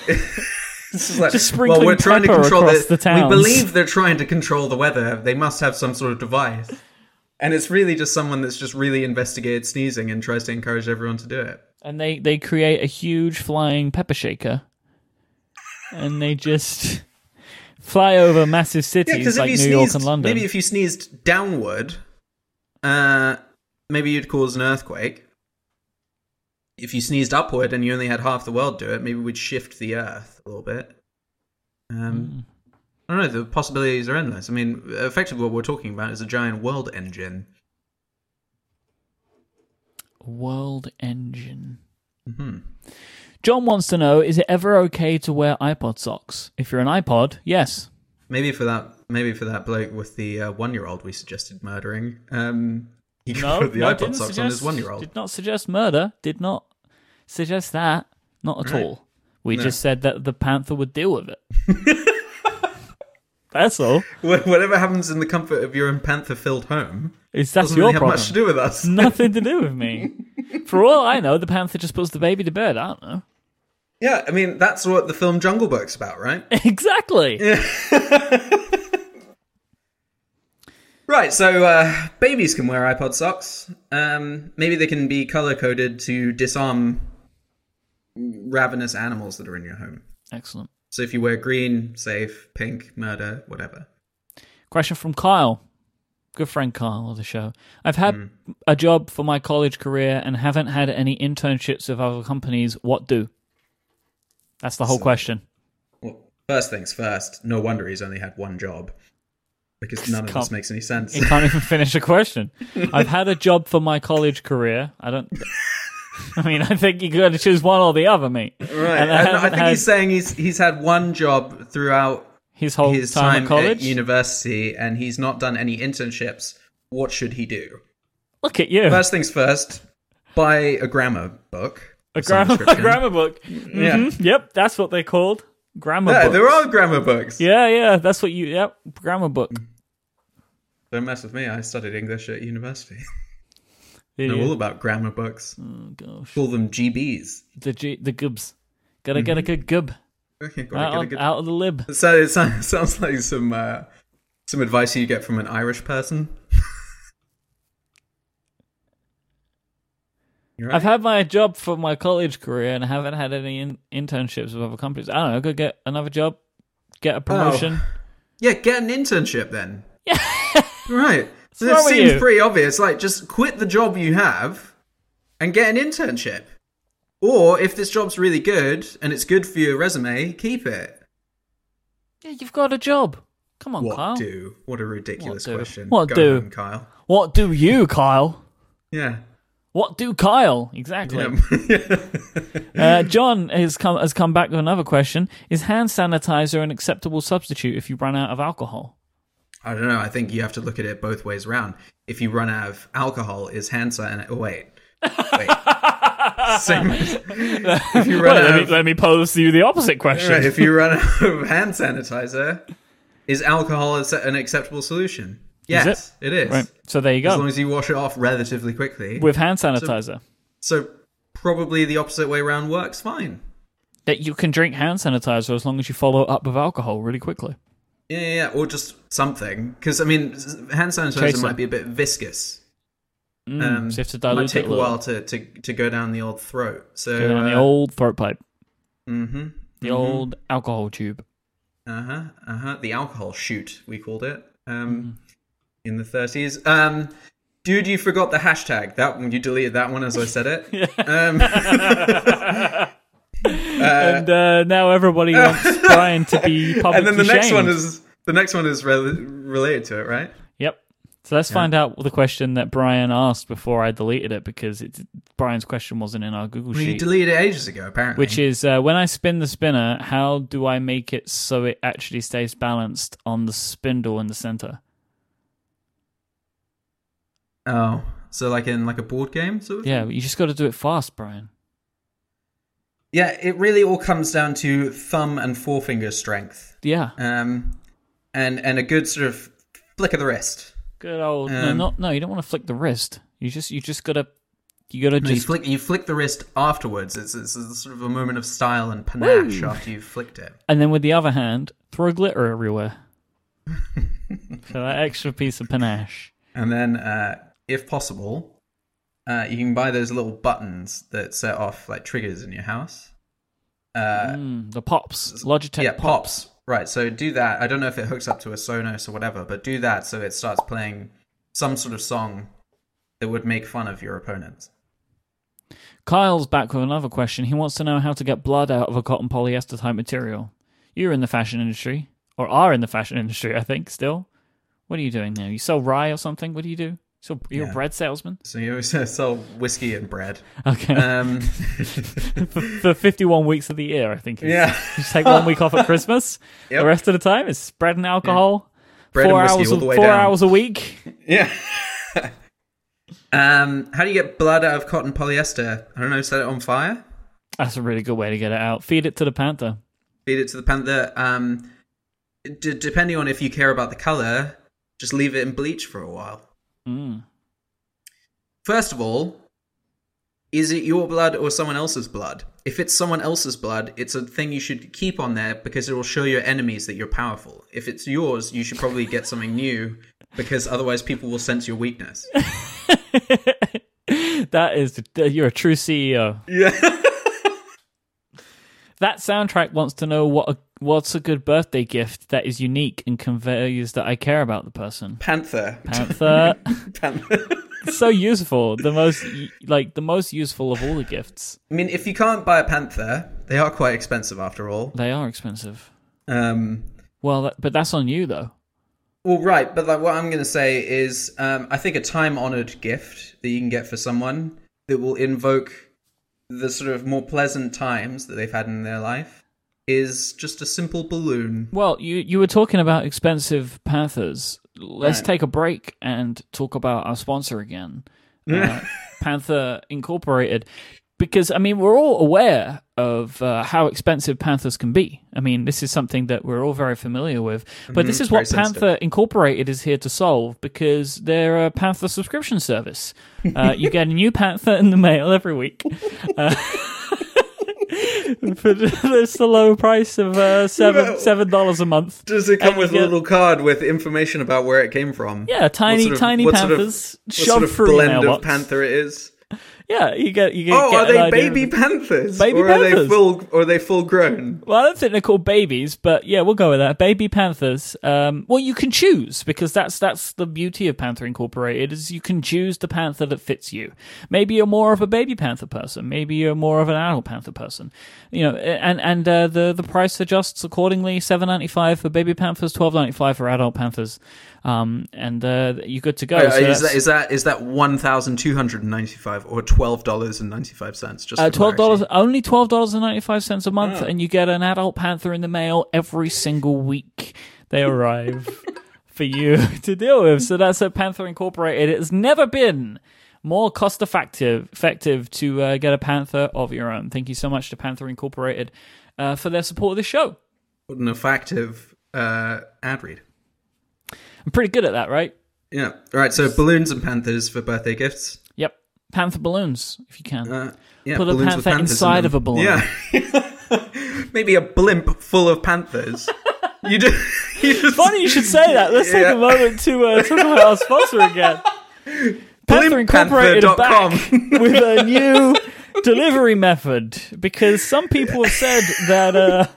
It's just like, Just sprinkling pepper across the towns. We believe they're trying to control the weather. They must have some sort of device. And it's really just someone that's just really investigated sneezing and tries to encourage everyone to do it. And they, they create a huge flying pepper shaker. And they just fly over massive cities like New York and London. maybe if you sneezed downward, uh, maybe you'd cause an earthquake. If you sneezed upward and you only had half the world do it, maybe we'd shift the Earth a little bit. Um, Hmm. I don't know. The possibilities are endless. I mean, effectively, what we're talking about is a giant world engine. World Engine. Mm-hmm. John wants to know: Is it ever okay to wear iPod socks? If you're an iPod, yes. Maybe for that, maybe for that bloke with the uh, one-year-old we suggested murdering, um, he could No, put the no, iPod didn't socks suggest, on his one-year-old. Did not suggest murder. Did not suggest that. Not at all. We just said that the panther would deal with it. That's all. Wh- Whatever happens in the comfort of your own panther-filled home It's that's doesn't your really have problem. much to do with us. Nothing to do with me. For all I know, the panther just puts the baby to bed. I don't know. Yeah, I mean that's what the film Jungle Book's about, right? Exactly. right. So uh, babies can wear iPod socks. Um, maybe they can be color coded to disarm ravenous animals that are in your home. Excellent. So if you wear green, safe, pink, murder, whatever. Question from Kyle. Good friend Kyle of the show. I've had Hmm. a job for my college career and haven't had any internships with other companies. What do? That's the whole question. Well, first things first. No wonder he's only had one job, because none of this Can't- makes any sense. I can't even finish a question. I've had a job for my college career. I don't. I mean, I think you got to choose one or the other, mate. Right. And I And I, haven't think had he's saying he's he's had one job throughout his whole his time, time at at college. university, and he's not done any internships. What should he do? Look at you. First things first, buy a grammar book. a, of some grammar, a description. grammar book. Yeah. Mhm. Yep, that's what they're called. Grammar Yeah, book. there are grammar books. Yeah, yeah, that's what you. Yep, grammar book. Mm. Don't mess with me. I studied English at university. I Yeah, know all about grammar books. Oh, gosh. Call them GBs. The G, the gubs. Gotta get a good gub Okay, out, Mm-hmm. gotta of- get a good- out of the lib. So it sounds, sounds like some uh, some advice you get from an Irish person. You're I've had my job for my college career and I haven't had any in- internships with other companies. I don't know. Go get another job, get Oh. a promotion. Yeah, get an internship then. Yeah. right. So wrong this with seems you? pretty obvious. Like, just quit the job you have and get an internship. Or if this job's really good and it's good for your resume, keep it. Yeah, you've got a job. Come on, What Oh, Kyle. do? What a ridiculous What do? question. What Go do? home, Kyle. What do you, Kyle? Yeah. Um, What do Kyle? Exactly. Uh, John has come has come back with another question. Is hand sanitizer an acceptable substitute if you run out of alcohol? I don't know. I think you have to look at it both ways around. If you run out of alcohol, is hand sanitizer? Oh, wait. Wait. Same. if you run Well, out let, me, of let me pose to you the opposite question. Right, if you run out of hand sanitizer, is alcohol ac- an acceptable solution? Yes, it is. Right. So there you As go. long as you wash it off relatively quickly. with hand sanitizer. So probably the opposite way around works fine. that you can drink hand sanitizer as long as you follow it up with alcohol really quickly. Yeah, yeah, yeah, or just something. Because I mean, s- hand sanitizer Chaser. might be a bit viscous. Mm, Um, so you have to might dilute take it a a little. while to, to, to go down the old throat. So Go down the uh, old throat pipe, mhm. the old alcohol tube. Uh-huh. Uh-huh. The alcohol shoot, we called it. Mm-hmm. Um in the 30s. Um dude, you forgot the hashtag. That one you deleted that one as I said it. Um and uh, now everybody wants Brian to be publicly and then the next one shamed. is the next one is rel related to it, right? Yep. So let's find out the question that Brian asked before I deleted it because it, Brian's question wasn't in our Google You sheet. deleted it ages ago apparently. which is uh, when I spin the spinner, how do I make it so it actually stays balanced on the spindle in the center? Oh, so like in like a board game, sort of Yeah, you just got to do it fast, Brian. Yeah, it really all comes down to thumb and forefinger strength, Yeah, um, and and a good sort of flick of the wrist. good old. no, Um, not no. You don't want to flick the wrist. You just you just gotta you gotta You just flick, you flick the wrist afterwards. It's, it's a sort of a moment of style and panache after you've flicked it. and then with the other hand throw glitter everywhere for that extra piece of panache. And then, uh, if possible, uh, you can buy those little buttons that set off like triggers in your house. Uh, Mm, the pops, Logitech yeah, pops. pops. Right, so do that. I don't know if it hooks up to a Sonos or whatever, but do that so it starts playing some sort of song that would make fun of your opponents. Kyle's back with another question. He wants to know how to get blood out of a cotton polyester type material. You're in the fashion industry, or are in the fashion industry, I think. Still, what are you doing now? You sell rye or something? What do you do? So you're a Yeah. bread salesman. So you always sell whiskey and bread. Okay. Um, for, for 51 weeks of the year, I think. is- Yeah. You just take one week off at Christmas. Yep. The rest of the time is spreading alcohol. Bread four and whiskey hours, all the way four down. hours a week. Yeah. um, how do you get blood out of cotton polyester? I don't know. Set it on fire. That's a really good way to get it out. Feed it to the panther. Feed it to the panther. Um, d- depending on if you care about the color, just leave it in bleach for a while. Mm. First of all, is it your blood or someone else's blood? If it's someone else's blood, it's a thing you should keep on there because it will show your enemies that you're powerful. If it's yours, you should probably get something new because otherwise people will sense your weakness. that is, you're a true E CEO. Yeah. That soundtrack wants to know what a, what's a good birthday gift that is unique and conveys that I care about the person. Panther. Panther, Panther. so useful. The most like the most useful of all the gifts. I mean, if you can't buy a panther, they are quite expensive after all. They are expensive. Um, Well, that, but that's on you though. well, right, but like what I'm going to say is, um, I think a time-honored gift that you can get for someone that will invoke the sort of more pleasant times that they've had in their life is just a simple balloon. Well, you you were talking about expensive Panthers. Let's Right. take a break and talk about our sponsor again, uh, Panther Incorporated, because I mean we're all aware of uh, how expensive Panthers can be. I mean this is something that we're all very familiar with, but this is Mm-hmm. very what Panther Incorporated is here to solve because they're a Panther subscription service. Uh, you get a new Panther in the mail every week. Uh, for just the low price of uh, seven Well- seven dollars a month. Does it come And you with get- a little card with information about where it came from? Yeah, tiny, sort of- tiny what sort of- panthers What shoved sort of through your blend of mailbox. panther it is? Yeah, you get you get. Oh, get are an idea they of baby it. panthers? Baby or are panthers. they full? Or are they full grown? Well, I don't think they're called babies, but yeah, we'll go with that. Baby panthers. Um, well, you can choose because that's that's the beauty of Panther Incorporated is you can choose the panther that fits you. Maybe you're more of a baby panther person. Maybe you're more of an adult panther person. You know, and and uh, the the price adjusts accordingly. Seven ninety five for baby panthers, twelve ninety five for adult panthers, um, and uh, you're good to go. Uh, So is, that's- that, is that is that one thousand two hundred and ninety five or twelve dollars and ninety five cents? Just Uh, for twelve dollars, clarity. only twelve dollars and ninety five cents a month, and you get an adult panther in the mail every single week. They arrive for you to deal with. So that's at Panther Incorporated. It has never been more cost effective effective to uh, get a panther of your own. Thank you so much to Panther Incorporated uh, for their support of this show. What an effective uh, ad read. I'm pretty good at that, right? Yeah. All right. So balloons and panthers for birthday gifts. Yep. Panther balloons, if you can. Uh, yeah, Put a balloons with panther panthers in inside them. of a balloon. Yeah. Maybe a blimp full of panthers. you do. You just, Funny you should say that. Let's take Yeah. a moment to uh, talk about our sponsor again. Panther Incorporated are back BlimpPanther.com. with a new delivery method because some people have said that uh,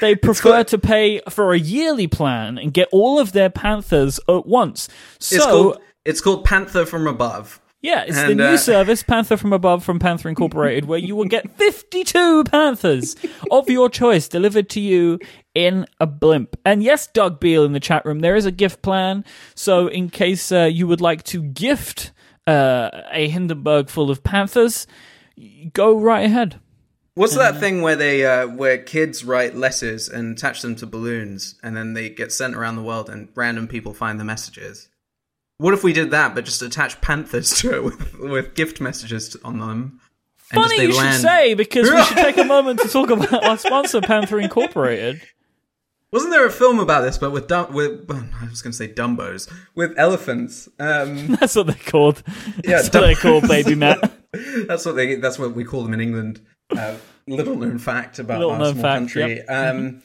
they prefer called- to pay for a yearly plan and get all of their Panthers at once. So It's called it's called Panther from Above. yeah, it's And, the new uh, service, Panther from Above from Panther Incorporated, where you will get 52 Panthers of your choice delivered to you in a blimp. And yes, Doug Beal in the chat room, there is a gift plan. So, in case uh, you would like to gift uh, a Hindenburg full of Panthers, y- go right ahead. What's Uh-huh. that thing where they uh, where kids write letters and attach them to balloons, and then they get sent around the world, and random people find the messages? What if we did that, but just attach panthers to it with, with gift messages on them? and just Funny they you should land- say, because we should take a moment to talk about our sponsor, Panther Incorporated. Wasn't there a film about this, but with dum- with I was going to say Dumbos with elephants? Um, That's what they're called. Yeah, That's what they're dumbass. called, baby Matt. that's what they that's what we call them in England. Uh, little known fact about Little our known small fact, country. yep. Mm-hmm. Um,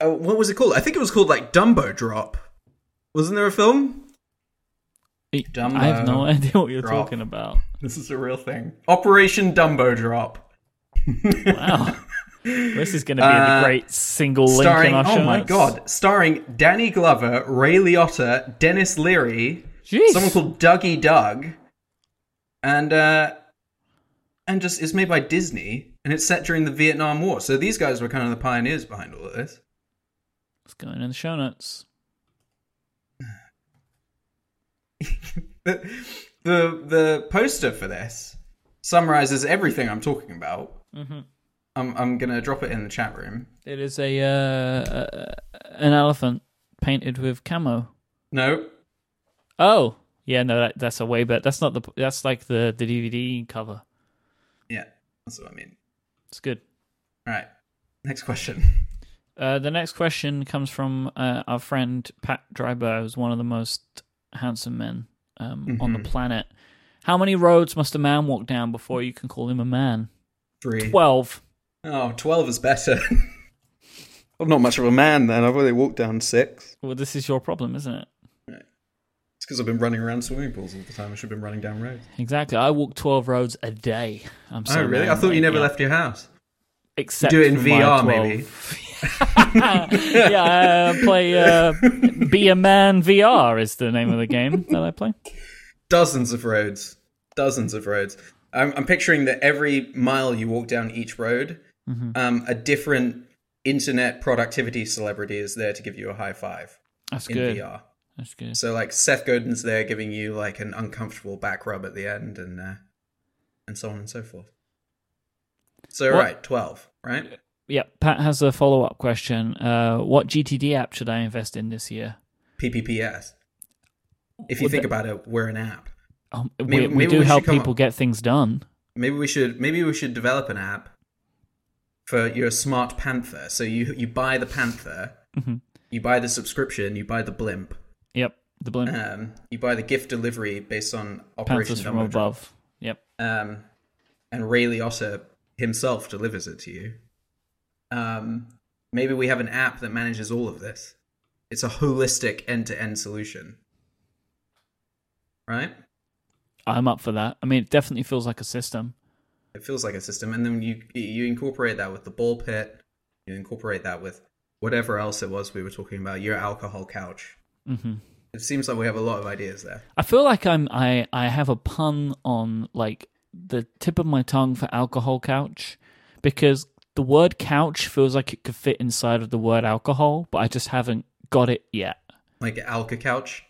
uh, what was it called? I think it was called like Dumbo Drop. Wasn't there a film? Dumbo I have no idea what you're uh, drop. talking about. This is a real thing. Operation Dumbo Drop. Wow. this is going to be Oh. Uh, the great single link Starring, in our show oh my notes. god, starring Danny Glover, Ray Liotta, Dennis Leary, Jeez. someone called Dougie Doug, and uh, and just it's made by Disney, and it's set during the Vietnam War. So these guys were kind of the pioneers behind all of this. It's going in the show notes. The the, the poster for this summarizes everything I'm talking about. I'm I'm gonna drop it in the chat room. It is a uh, uh, an elephant painted with camo. No, Oh, yeah, no, that, that's a way better. That's not the. That's like the the DVD cover. yeah, that's what I mean. It's good. All right, next question. Uh, the next question comes from uh, our friend Pat Dryber, who's one of the most handsome men um, on Mm-hmm. the planet. How many roads must a man walk down before you can call him a man? Three. Twelve. Oh, 12 is better. I'm not much of a man then. I've only walked down six. Well, this is your problem, isn't it? It's because I've been running around swimming pools all the time. I should have been running down roads. Exactly. I walk twelve roads a day. I'm oh, sorry. really? I thought you never left your house. Except do it in for my VR 12. maybe. yeah, I uh, play uh, Be a Man VR is the name of the game that I play. Dozens of roads. Dozens of roads. I'm, I'm picturing that every mile you walk down each road, um, a different internet productivity celebrity is there to give you a high five That's in good. VR. That's good. So, like, Seth Godin's there giving you, like, an uncomfortable back rub at the end and, uh, and so on and so forth. So, What- right, 12, right? Yeah, Pat has a follow up question. Uh, what GTD app should I invest in this year? PPPS. If you Well, think the- about it, we're an app. Um, we, Maybe- we maybe do we should help come people up- get things done. Maybe we should maybe we should develop an app for your smart panther. So you you buy the panther, Mhm. you buy the subscription, you buy the blimp, Yep, the blimp um, you buy the gift delivery based on Operation Panthers from Dumbo Drop. above. Yep. Um, and Ray Liotta himself delivers it to you. Um, maybe we have an app that manages all of this. It's a holistic end to end solution, right? I'm up for that. I mean, it definitely feels like a system. it feels like a system and then you you incorporate that with the ball pit you incorporate that with whatever else it was we were talking about your alcohol couch hmm it seems like we have a lot of ideas there I feel like I'm I I have a pun on like the tip of my tongue for alcohol couch because the word couch feels like it could fit inside of the word alcohol, but I just haven't got it yet. like alka couch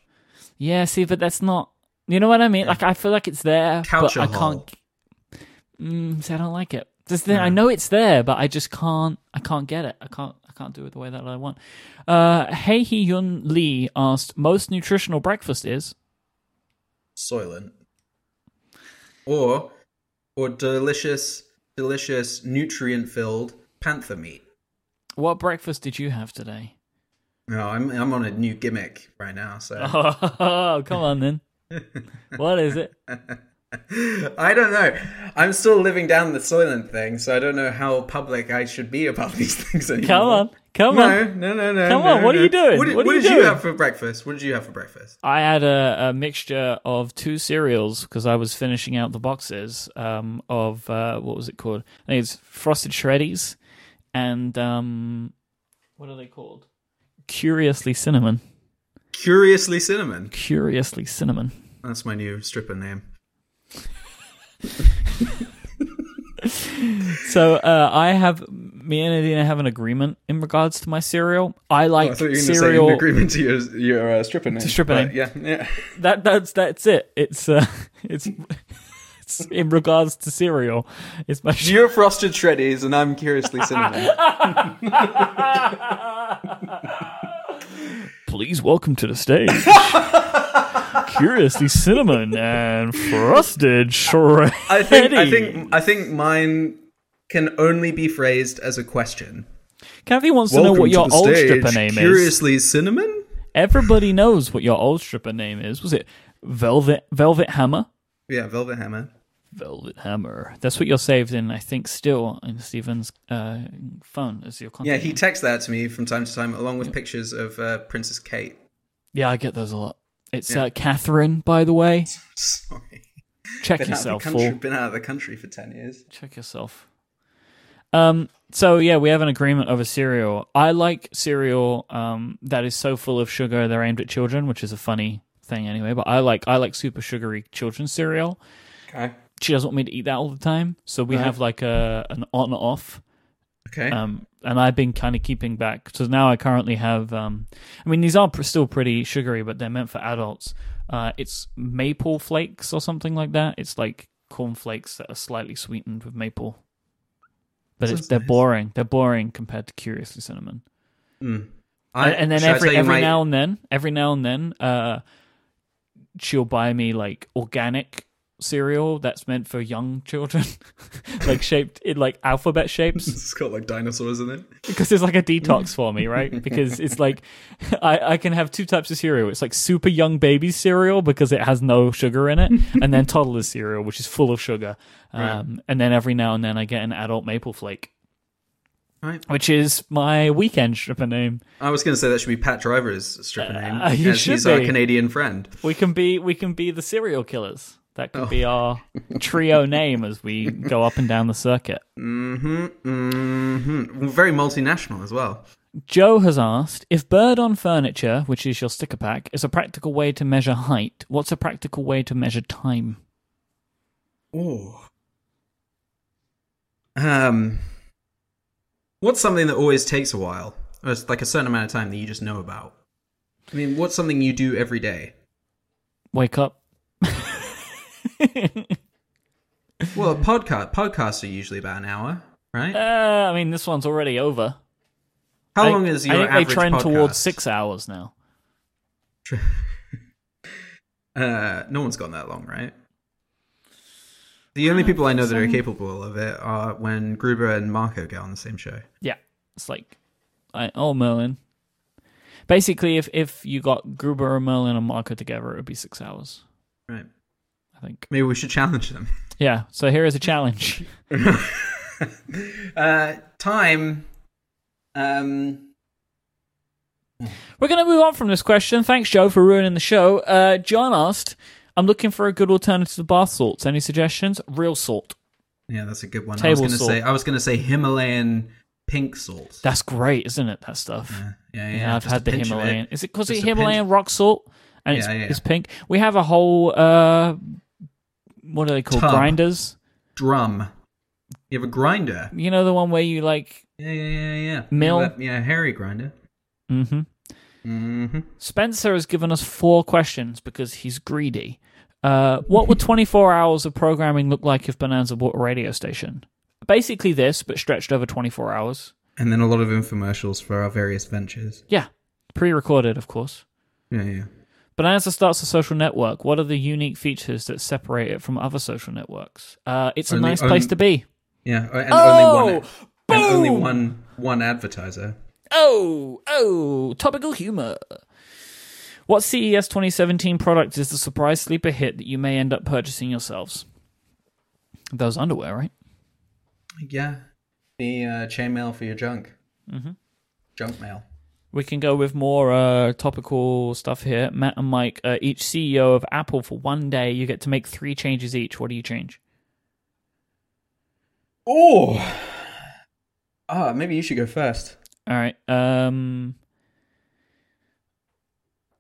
Yeah, see, but that's not. You know what I mean? Like I feel like it's there, but I Couch-a-hole. can't. Mm, see, I don't like it. Just the, I know it's there, but I just can't. I can't get it. I can't. I can't do it the way that I want. Uh, hey, Hee Yun Lee asked, "Most nutritional breakfast is." soylent or or delicious delicious nutrient filled panther meat What breakfast did you have today? no i'm i'm on a new gimmick right now so Oh, come on then. what is it? I don't know. I'm still living down the Soylent thing, so I don't know how public I should be about these things anymore. Come on. Come no, on. no, no, no. Come no, on, what are no. you doing? What did, What are what you did you doing? have for breakfast? What did you have for breakfast? I had a, a mixture of two cereals because I was finishing out the boxes um, of uh, what was it called? I think it's Frosted Shreddies and um, what are they called? Curiously Cinnamon. Curiously cinnamon. Curiously Cinnamon. That's my new stripper name. So uh, I have me and Adina have an agreement in regards to my cereal. I like Oh, I thought you were going to say cereal. in agreement to your your uh, stripper name. stripper But name. Yeah, yeah. that that's that's it. It's uh, it's it's in regards to cereal. It's my You're frosted shreddies, and I'm curiously cinnamon. Please welcome to the stage. curiously cinnamon and frosted shreddy. I think I think I think mine can only be phrased as a question. Kathy wants to know what your old stripper name is. Curiously, cinnamon. Everybody knows what your old stripper name is. Was it Velvet Velvet Hammer? Yeah, Velvet Hammer. Velvet Hammer. That's what you're saved in, I think, still in Steven's uh, phone as your Yeah, contact. he texts that to me from time to time, along with pictures of uh, Princess Kate. yeah, I get those a lot. It's uh, Catherine, by the way. Sorry, Check been out, of yourself, the country, fool. been out of the country for ten years. Check yourself. Um. So yeah, we have an agreement over cereal. I like cereal um, that is so full of sugar they're aimed at children, which is a funny thing anyway. But I like I like super sugary children's cereal. Okay, She doesn't want me to eat that all the time, so we have like a an on off okay. um, and I've been kind of keeping back. So now I currently have. Um, I mean, these are pr- still pretty sugary, but they're meant for adults. Uh, it's maple flakes or something like that. It's like corn flakes that are slightly sweetened with maple. But it's, Sounds they're nice. boring. They're boring compared to curiously cinnamon. I- and, and then should I tell every you every my- now and then, every now and then, uh, she'll buy me like organic cereal that's meant for young children, like shaped in like alphabet shapes. it's got like dinosaurs in it. because it's like a detox for me, right? Because it's like I, I can have two types of cereal. It's like super young baby cereal because it has no sugar in it, and then toddler cereal, which is full of sugar. Um, And then every now and then I get an adult maple flake, Right. which is my weekend stripper name. I was going to say that should be Pat Driver's stripper name, uh, you as should he's our be. Canadian friend. We can be we can be the serial killers. That could be our trio name as we go up and down the circuit. Mm-hmm. We're very multinational as well. Joe has asked if bird on furniture, which is your sticker pack, is a practical way to measure height. What's a practical way to measure time? Oh. Um, what's something that always takes a while, or it's like a certain amount of time that you just know about? I mean, what's something you do every day? Wake up. Well, a podcast. Podcasts are usually about an hour, Uh, right? I mean, this one's already over. How I- long is I your think average they trend podcast? towards six hours now. Uh, no one's gone that long, right? The only people I know that are capable of it are when Gruber and Marco get on the same show. Yeah, it's like, I, oh Merlin. Basically, if if you got Gruber, Merlin, and Marco together, it would be six hours. Right. I think. Maybe we should challenge them. Yeah. So here is a challenge. Uh, time. Um, We're going to move on from this question. Thanks, Joe, for ruining the show. Uh, John asked, I'm looking for a good alternative to bath salts. Any suggestions? Real salt. yeah, that's a good one. I was Table gonna salt. say I was gonna say Himalayan pink salt. That's great, isn't it? That stuff. yeah, yeah, Yeah, yeah, I've just had a the pinch of it. Himalayan. Is it because it's Just a pinch. Himalayan rock salt and Yeah, it's, yeah, yeah. it's pink? We have a whole, uh, what are they called? Tub. Grinders. Drum. You have a grinder. You know, the one where you like. Yeah, yeah, yeah, yeah. Mill. Yeah, yeah, hairy grinder. hmm Mm-hmm. Spencer has given us four questions because he's greedy. Uh, what would 24 hours of programming look like if Bonanza bought a radio station? Basically, this, but stretched over 24 hours. And then a lot of infomercials for our various ventures. Yeah, pre recorded, of course. Yeah, yeah. Bonanza starts a social network. What are the unique features that separate it from other social networks? Uh, it's a Only- nice place only- to be. Yeah, and only Oh, one. e- And only boom! one one advertiser. Oh, oh, topical humor. What E CES 2017 product is the surprise sleeper hit that you may end up purchasing yourselves? Those underwear, right? Yeah, the uh, chainmail for your junk. Mm-hmm. Junk mail. We can go with more uh, topical stuff here. Matt and Mike, uh, each CEO of Apple for one day, you get to make three changes each. What do you change? Oh. Ah, maybe you should go first. All right. Um,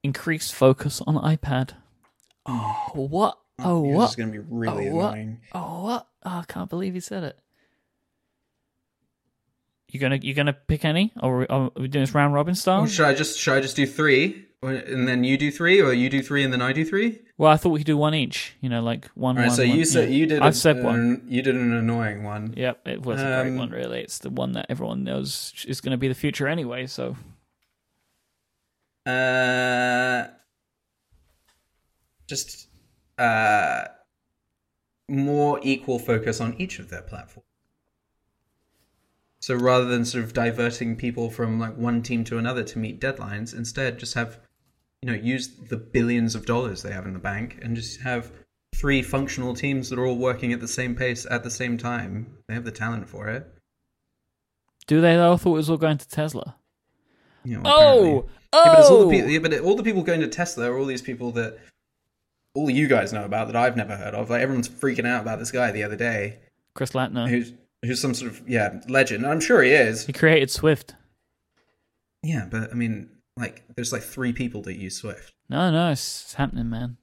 increased focus on iPad. Oh, what? Oh, This what? is going to be really Oh, what? annoying. Oh, what? Oh, I can't believe he said it. You gonna you gonna pick any, or are we- are we doing this round robin style? Should I just should I just do three, Or- and then you do three, or you do three and then I do three? Well, I thought we could do one each. You know, like one. All right. one, so one, you said yeah. you did. I've a- said an- one. You did an annoying one. Yep, it was a great Um, one. Really, it's the one that everyone knows is going to be the future anyway. So Uh, just uh, more equal focus on each of their platforms. So rather than sort of diverting people from like one team to another to meet deadlines, instead just have you know use the billions of dollars they have in the bank and just have three functional teams that are all working at the same pace at the same time. They have the talent for it. Do they though? I thought it was all going to Tesla. You know, apparently. Oh, oh. Yeah, but it's all the people. Yeah, but it, all the people going to Tesla are all these people that all you guys know about that I've never heard of. Like everyone's freaking out about this guy the other day, Chris Latner. who's who's some sort of yeah legend. And I'm sure he is. He created Swift. Yeah, but I mean, like, there's like three people that use Swift. No, no, it's, it's happening, man.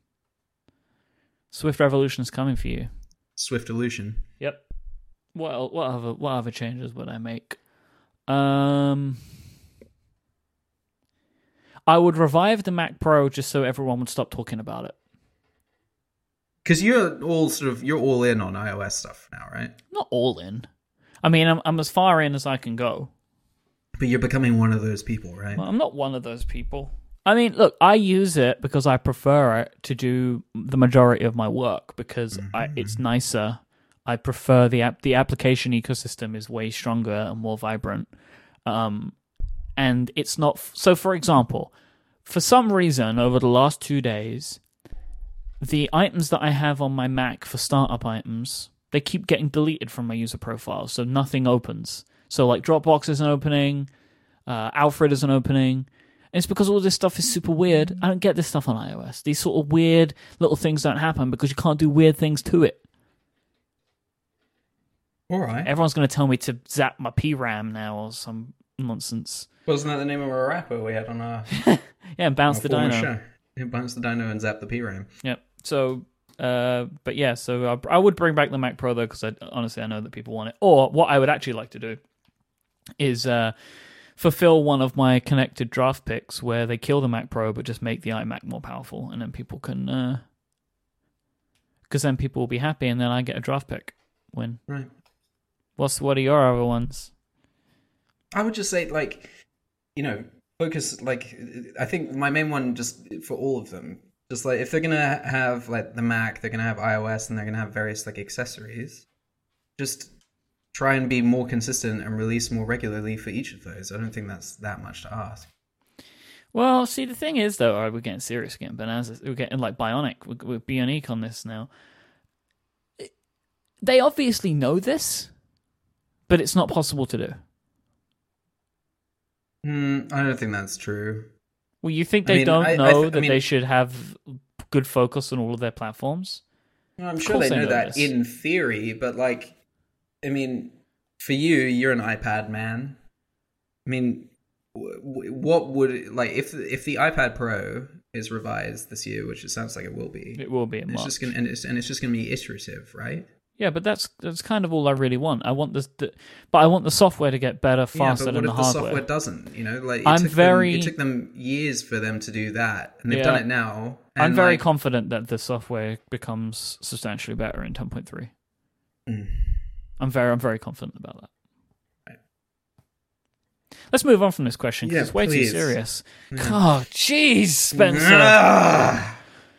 Swift revolution's coming for you. Swift Illusion. Yep. What el- what other what other changes would I make? Um, I would revive the Mac Pro just so everyone would stop talking about it. Because you're all sort of you're all in on iOS stuff now, right? Not all in. I mean, I'm I'm as far in as I can go. But you're becoming one of those people, right? Well, I'm not one of those people. I mean, look, I use it because I prefer it to do the majority of my work because I, it's nicer. I prefer the app. The application ecosystem is way stronger and more vibrant. Um, and it's not. f- So, for example, for some reason, over the last two days, the items that I have on my Mac for startup items, they keep getting deleted from my user profile, so nothing opens. So like Dropbox isn't opening, uh, Alfred isn't opening. And it's because all this stuff is super weird. I don't get this stuff on iOS. These sort of weird little things don't happen because you can't do weird things to it. All right. Everyone's going to tell me to zap my PRAM now or some nonsense. Wasn't that the name of a rapper we had on our, Yeah, and bounce our the former dino. show? Who bounced the dino and zapped the PRAM. Yep. So, uh, but yeah, so I, I would bring back the Mac Pro though, because I, honestly I know that people want it. Or what I would actually like to do is uh, fulfill one of my connected draft picks where they kill the Mac Pro but just make the iMac more powerful, and then people can, because then people will be happy, and then I get a draft pick win. Right. What's what are your other ones? I would just say like, you know, focus like I think my main one just for all of them, just like if they're gonna have like the Mac, they're gonna have iOS, and they're gonna have various like accessories, just try and be more consistent and release more regularly for each of those. I don't think that's that much to ask. Well, see, the thing is, though, all right, we're getting serious again. Bananas, we're getting like bionic, we're, we're bionic on this now. They obviously know this, but it's not possible to do. Hmm, I don't think that's true. Well, you think they mean, don't I- I know th- I that mean- they should have good focus on all of their platforms? No, I'm sure course they they know know that this. in theory, but like, I mean, for you, you're an iPad man. I mean, w- w- what would like if if the iPad Pro is revised this year, which it sounds like it will be, It will be in it's March. just gonna and it's, and it's just gonna be iterative, right? Yeah, but that's that's kind of all I really want. I want this, the, but I want the software to get better faster yeah, than but what the if the hardware. software doesn't? You know, like it I'm took them- very- it took them years for them to do that, and they've Yeah. done it now. And I'm very like, confident that the software becomes substantially better in 10.3. Mm. I'm very, I'm very confident about that. Let's move on from this question because Yeah, it's way please. Mm. too serious. Oh, jeez, Spencer. Ah,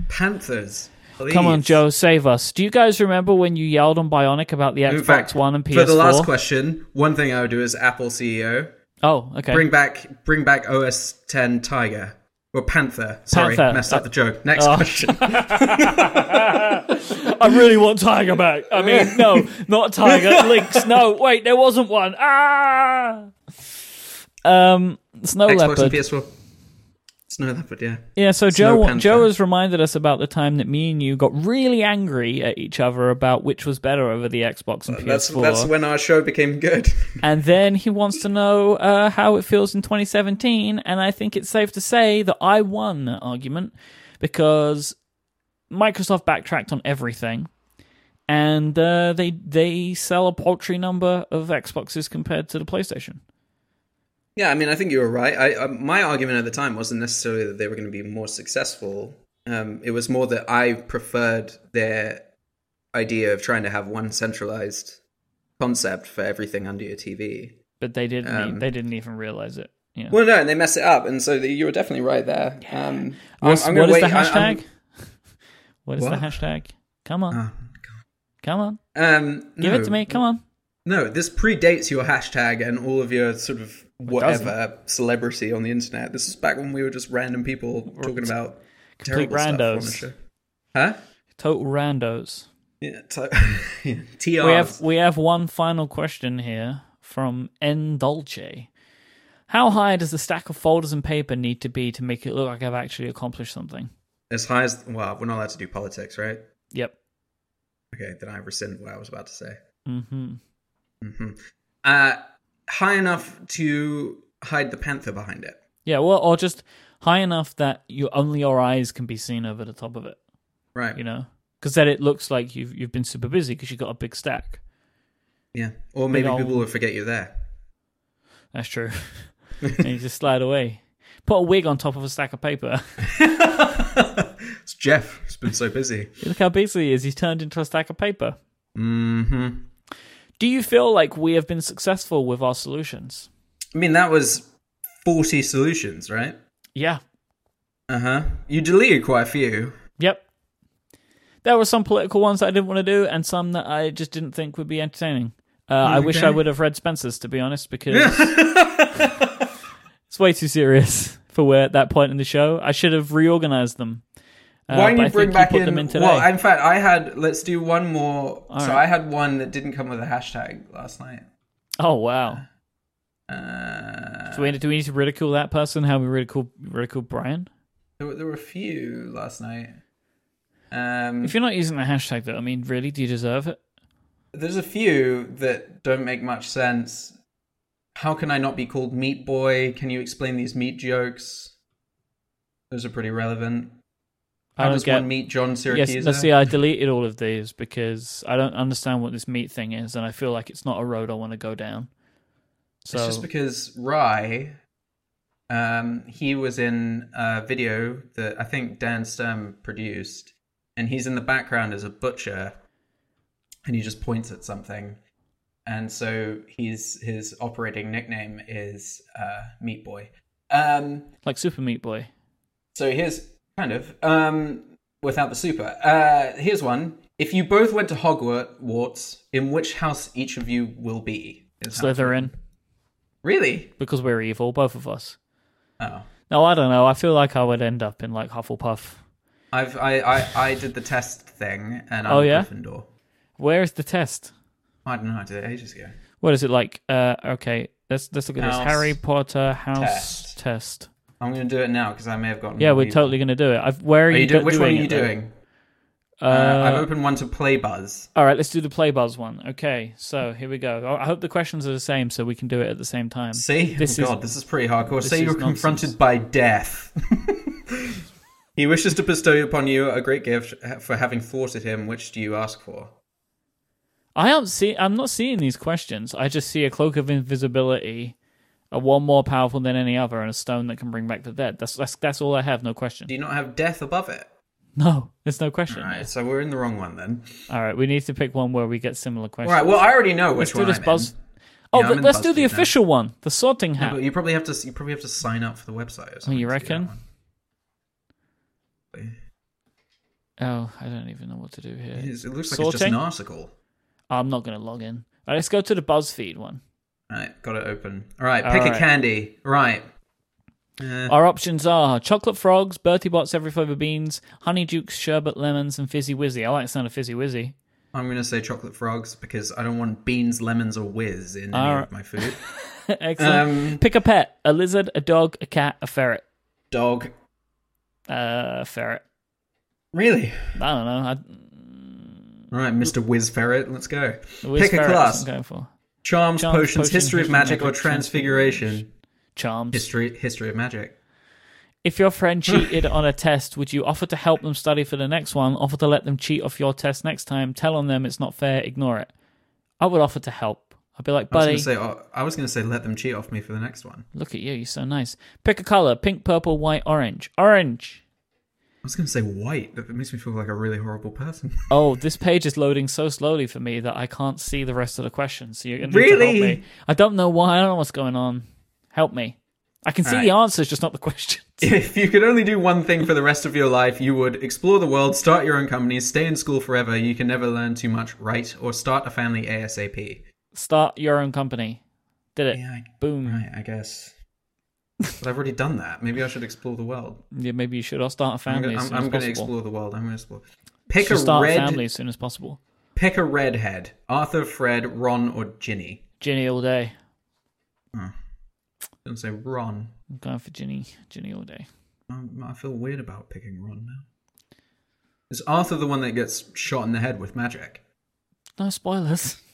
Panthers. Come on, please. Joe, save us. Do you guys remember when you yelled on Bionic about the In Xbox fact, One and PS4? for the last question, one thing I would do is Apple CEO oh, okay. bring back bring back OS 10 Tiger or Panther. Sorry, Panther. Oh. messed up the joke. Next question. I really want Tiger back. I mean, no, not Tiger. Lynx. No, wait, there wasn't one. Ah. Um, Snow Xbox Leopard. and PS4. Snow Leopard, yeah. Yeah, so Snow Joe Panther. Joe has reminded us about the time that me and you got really angry at each other about which was better over the Xbox and PS4. Uh, That's that's when our show became good. And then he wants to know uh, how it feels in 2017. And I think it's safe to say that I won that argument because Microsoft backtracked on everything. And uh, they they sell a paltry number of Xboxes compared to the PlayStation. yeah, I mean, I think you were right. I, uh, my argument at the time wasn't necessarily that they were going to be more successful. Um, it was more that I preferred their idea of trying to have one centralized concept for everything under your TV. But they didn't e- Um, they didn't even realize it. Yeah. Well, no, and they mess it up, and so the, you were definitely right there. Um, I'm- What's- I'm what gonna is the wait- I- I'm- hashtag? What is What? the hashtag? Come on, Ah. come on, Um, give no. it to me. Come on. No, this predates your hashtag and all of your sort of whatever celebrity on the internet. This is back when we were just random people talking about Complete terrible stuff on the randos. show. Huh? Total randos. Yeah, t- yeah. TRs. We have we have one final question here from N Dolce. How high does the stack of folders and paper need to be to make it look like I've actually accomplished something? as high as well, we're not allowed to do politics, right? Yep. Okay, then I rescind what I was about to say. Mm-hmm. Uh, high enough to hide the panther behind it. Yeah. Well, or just high enough that you only your eyes can be seen over the top of it. Right. You know, because then it looks like you've you've been super busy because you got a big stack. Yeah. Or maybe old- people will forget you're there. That's true. and you just slide away. Put a wig on top of a stack of paper. It's Jeff. He's been so busy. Look how busy he is. He's turned into a stack of paper. hmm Do you feel like we have been successful with our solutions? I mean, that was 40 solutions, right? Yeah. Uh huh. You deleted quite a few. Yep. There were some political ones that I didn't want to do, and some that I just didn't think would be entertaining. Uh, I wish I okay. would have read Spencer's, to be honest, because it's way too serious for where at that point in the show. I should have reorganized them. Uh, Why but don't I you bring think back put in, them in today? Well, in fact, I had. Let's do one more. right. so I had one that didn't come with a hashtag last night. Oh wow! Uh, Do we, do we need to ridicule that person? How we ridicule ridicule Brian? there, were, there were a few last night. Um, If you're not using the hashtag, though, I mean, really, do you deserve it? there's a few that don't make much sense. How can I not be called Meat Boy? Can you explain these meat jokes? Those are pretty relevant. I How don't does get. one meet John yes, Syracuse? let's see. I deleted all of these because I don't understand what this meat thing is, and I feel like it's not a road I want to go down. So It's just because Rye, um, he was in a video that I think Dan Sturm produced, and he's in the background as a butcher, and he just points at something, and so he's his operating nickname is uh, Meat Boy. Um, like Super Meat Boy. so here's kind of um, without the super. Uh, here's one: If you both went to Hogwarts, in which house each of you will be? Is how- Slytherin, Really? because we're evil, both of us. Oh. No, I don't know. I feel like I would end up in like Hufflepuff. I've I, I, I did the test thing and I'm Oh, a yeah? Gryffindor. Where is the test? I don't know, I did it ages ago. What is it like? Uh, okay, let's let's look at House this. Harry Potter house test. test. I'm gonna do it now because I may have gotten. Yeah, we're you- totally gonna do it. I've, where are, Are you do- do- which one are doing you it, though? doing? Uh, Uh, I've opened one to play Buzz. All right, let's do the play buzz one. Okay, so here we go. I I hope the questions are the same, so we can do it at the same time. See, this oh, is- God, this is pretty hardcore. Say is you were nonsense. confronted by death. he wishes to bestow upon you a great gift for having thwarted him. Which do you ask for? I am see. I'm not seeing these questions. I just see a cloak of invisibility, a one more powerful than any other, and a stone that can bring back the dead. That's that's that's all I have. No question. Do you not have death above it? No, there's no question. All right, so we're in the wrong one then. All right, we need to pick one where we get similar questions. All right, well, I already know which let's do one this I'm buzz. in. Oh, Yeah, th- I'm in let's do the BuzzFeed now. official one, the sorting hat. But you probably have to you probably have to sign up for the website or something. you to do that reckon? one. Oh, I don't even know what to do here. It is- it looks like it's just Sorting? an article. I'm not going to log in. All right, let's go to the BuzzFeed one. Right, got it open. All right, pick a right. candy. Right. Uh, Our options are chocolate frogs, Bertie Bott's every flavour beans, honey dukes, sherbet lemons, and fizzy wizzy. I like the sound of fizzy wizzy. I'm going to say chocolate frogs because I don't want beans, lemons, or whiz in any Alright. of my food. Excellent. Um, Pick a pet: a lizard, a dog, a cat, a ferret. dog. Uh, a ferret. Really? I don't know. All right, Mr. Whiz Ferret, let's go. I, whiz pick a ferrets class. I'm going for Charms, Charms, potions, potions, history of history, magic, or magic, transfiguration. charms. History, history of magic. If your friend cheated on a test, would you offer to help them study for the next one? Offer to let them cheat off your test next time? Tell on them it's not fair. Ignore it. I would offer to help. I'd be like, I was buddy, going to say, oh, I was going to say, let them cheat off me for the next one. look at you. You're so nice. Pick a color: pink, purple, white, orange. Orange. I was going to say white, but it makes me feel like a really horrible person. Oh, this page is loading so slowly for me that I can't see the rest of the questions. So you're gonna need to Really? help me. I don't know why. I don't know what's going on. Help me. I can see All the answers, just not the questions. If you could only do one thing for the rest of your life, you would explore the world, start your own company, stay in school forever, you can never learn too much, right? Or start a family ASAP. Start your own company. Did it? Yeah, I, Boom. right, I guess. But I've already done that. Maybe I should explore the world. Yeah, maybe you should. I'll start a I'm family gonna, as I'm, soon I'm as gonna possible. explore the world. I'm gonna explore. Pick Should a start a red. family as soon as possible. Pick a redhead. Arthur, Fred, Ron, or Ginny. Ginny all day. Don't say Ron. I'm going for Ginny. Ginny all day. Um, I feel weird about picking Ron now. Is Arthur the one that gets shot in the head with magic? No spoilers.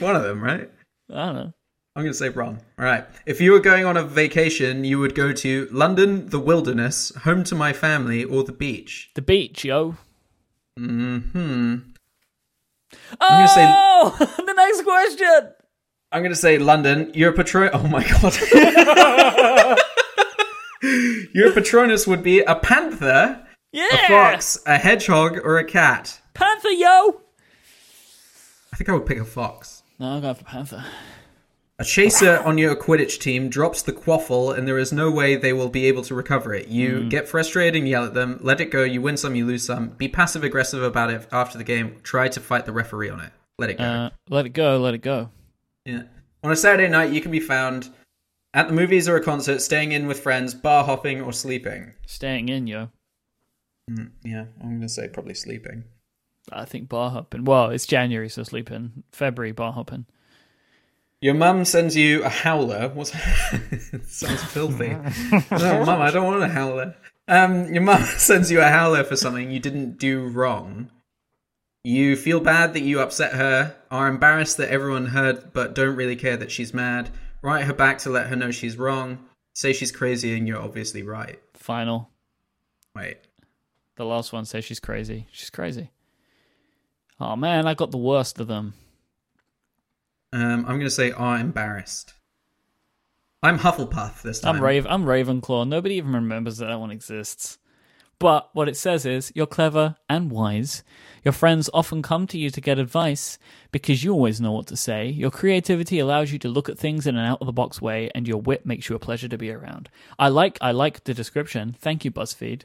One of them, right? I don't know. I'm going to say Ron. All right. If you were going on a vacation, you would go to London, the wilderness, home to my family, or the beach. The beach, yo. Hmm. gonna say- Oh, the next question. I'm going to say London. Your patron. Oh my god. Your patronus would be a panther, a Yeah, fox, a hedgehog, or a cat. panther, yo. I think I would pick a fox. No, I'm going for panther. A chaser on your Quidditch team drops the quaffle, and there is no way they will be able to recover it. You get frustrated and yell at them, let it go, you win some, you lose some. Be passive aggressive about it after the game, try to fight the referee on it. Let it go. Uh, let it go. Let it go. Yeah. On a Saturday night, you can be found at the movies or a concert, staying in with friends, bar hopping, or sleeping. Staying in, yo. Mm, yeah, I'm going to say probably sleeping. I think bar hopping. Well, it's January, so sleeping. February, bar hopping. Your mum sends you a howler. What's sounds filthy. no, mum, I don't want a howler. Um, your mum sends you a howler for something you didn't do wrong. You feel bad that you upset her, are embarrassed that everyone heard, but don't really care that she's mad. Write her back to let her know she's wrong. Say she's crazy and you're obviously right. Final. Wait. The last one says she's crazy. She's crazy. Oh man, I got the worst of them. Um, I'm gonna say are embarrassed. I'm Hufflepuff this time. I'm Rave. I'm Ravenclaw. Nobody even remembers that that one exists. But what it says is you're clever and wise. Your friends often come to you to get advice because you always know what to say. Your creativity allows you to look at things in an out of the box way, and your wit makes you a pleasure to be around. I like. I like the description. Thank you, BuzzFeed.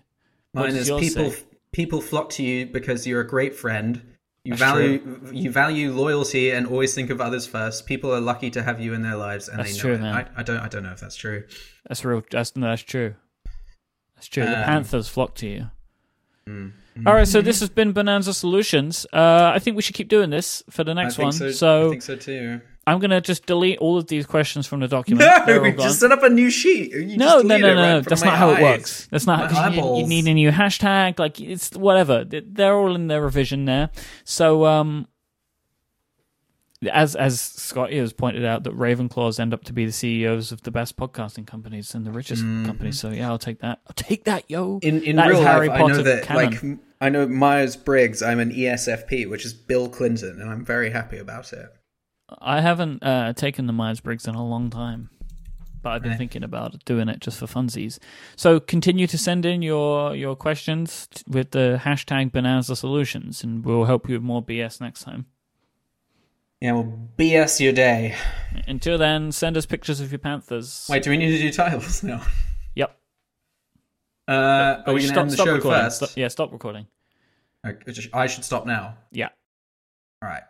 What Mine does is yours people say? people flock to you because you're a great friend. You That's value you value loyalty and always think of others first. People are lucky to have you in their lives, and That's they know true, it. man. I, I don't I don't know if that's true. That's real. That's no, that's true. That's true. the Um, mm-hmm. panthers flock to you. All right, so this has been Bonanza Solutions. Uh, I think we should keep doing this for the next I think one. so. So, I think so too. I'm gonna just delete all of these questions from the document. They're all No, gone. just set up a new sheet. You no, just no, delete no, no, it right in front of That's my not how it eyes. works. That's not My because you, you eyeballs. need a new hashtag. Like it's whatever. They're all in their revision there. So, um, as as Scotty has pointed out, that Ravenclaws end up to be the CEOs of the best podcasting companies and the richest companies. So yeah, I'll take that. I'll take that, yo. Mm-hmm. In in That is real Harry life, I know Potter that canon. like I know Myers Briggs. I'm an E ESFP, which is Bill Clinton, and I'm very happy about it. I haven't uh, taken the Myers Briggs in a long time, but I've been Right. thinking about doing it just for funsies. So continue to send in your your questions t- with the hashtag Bonanza Solutions, and we'll help you with more BS next time. Yeah, well, BS your day. Until then, send us pictures of your Panthers. Wait, do we need to do titles now? Yep. Uh, are Oh, we going to stop, end the stop show recording. first? Stop- yeah, stop recording. I- I should stop now. Yeah. All right.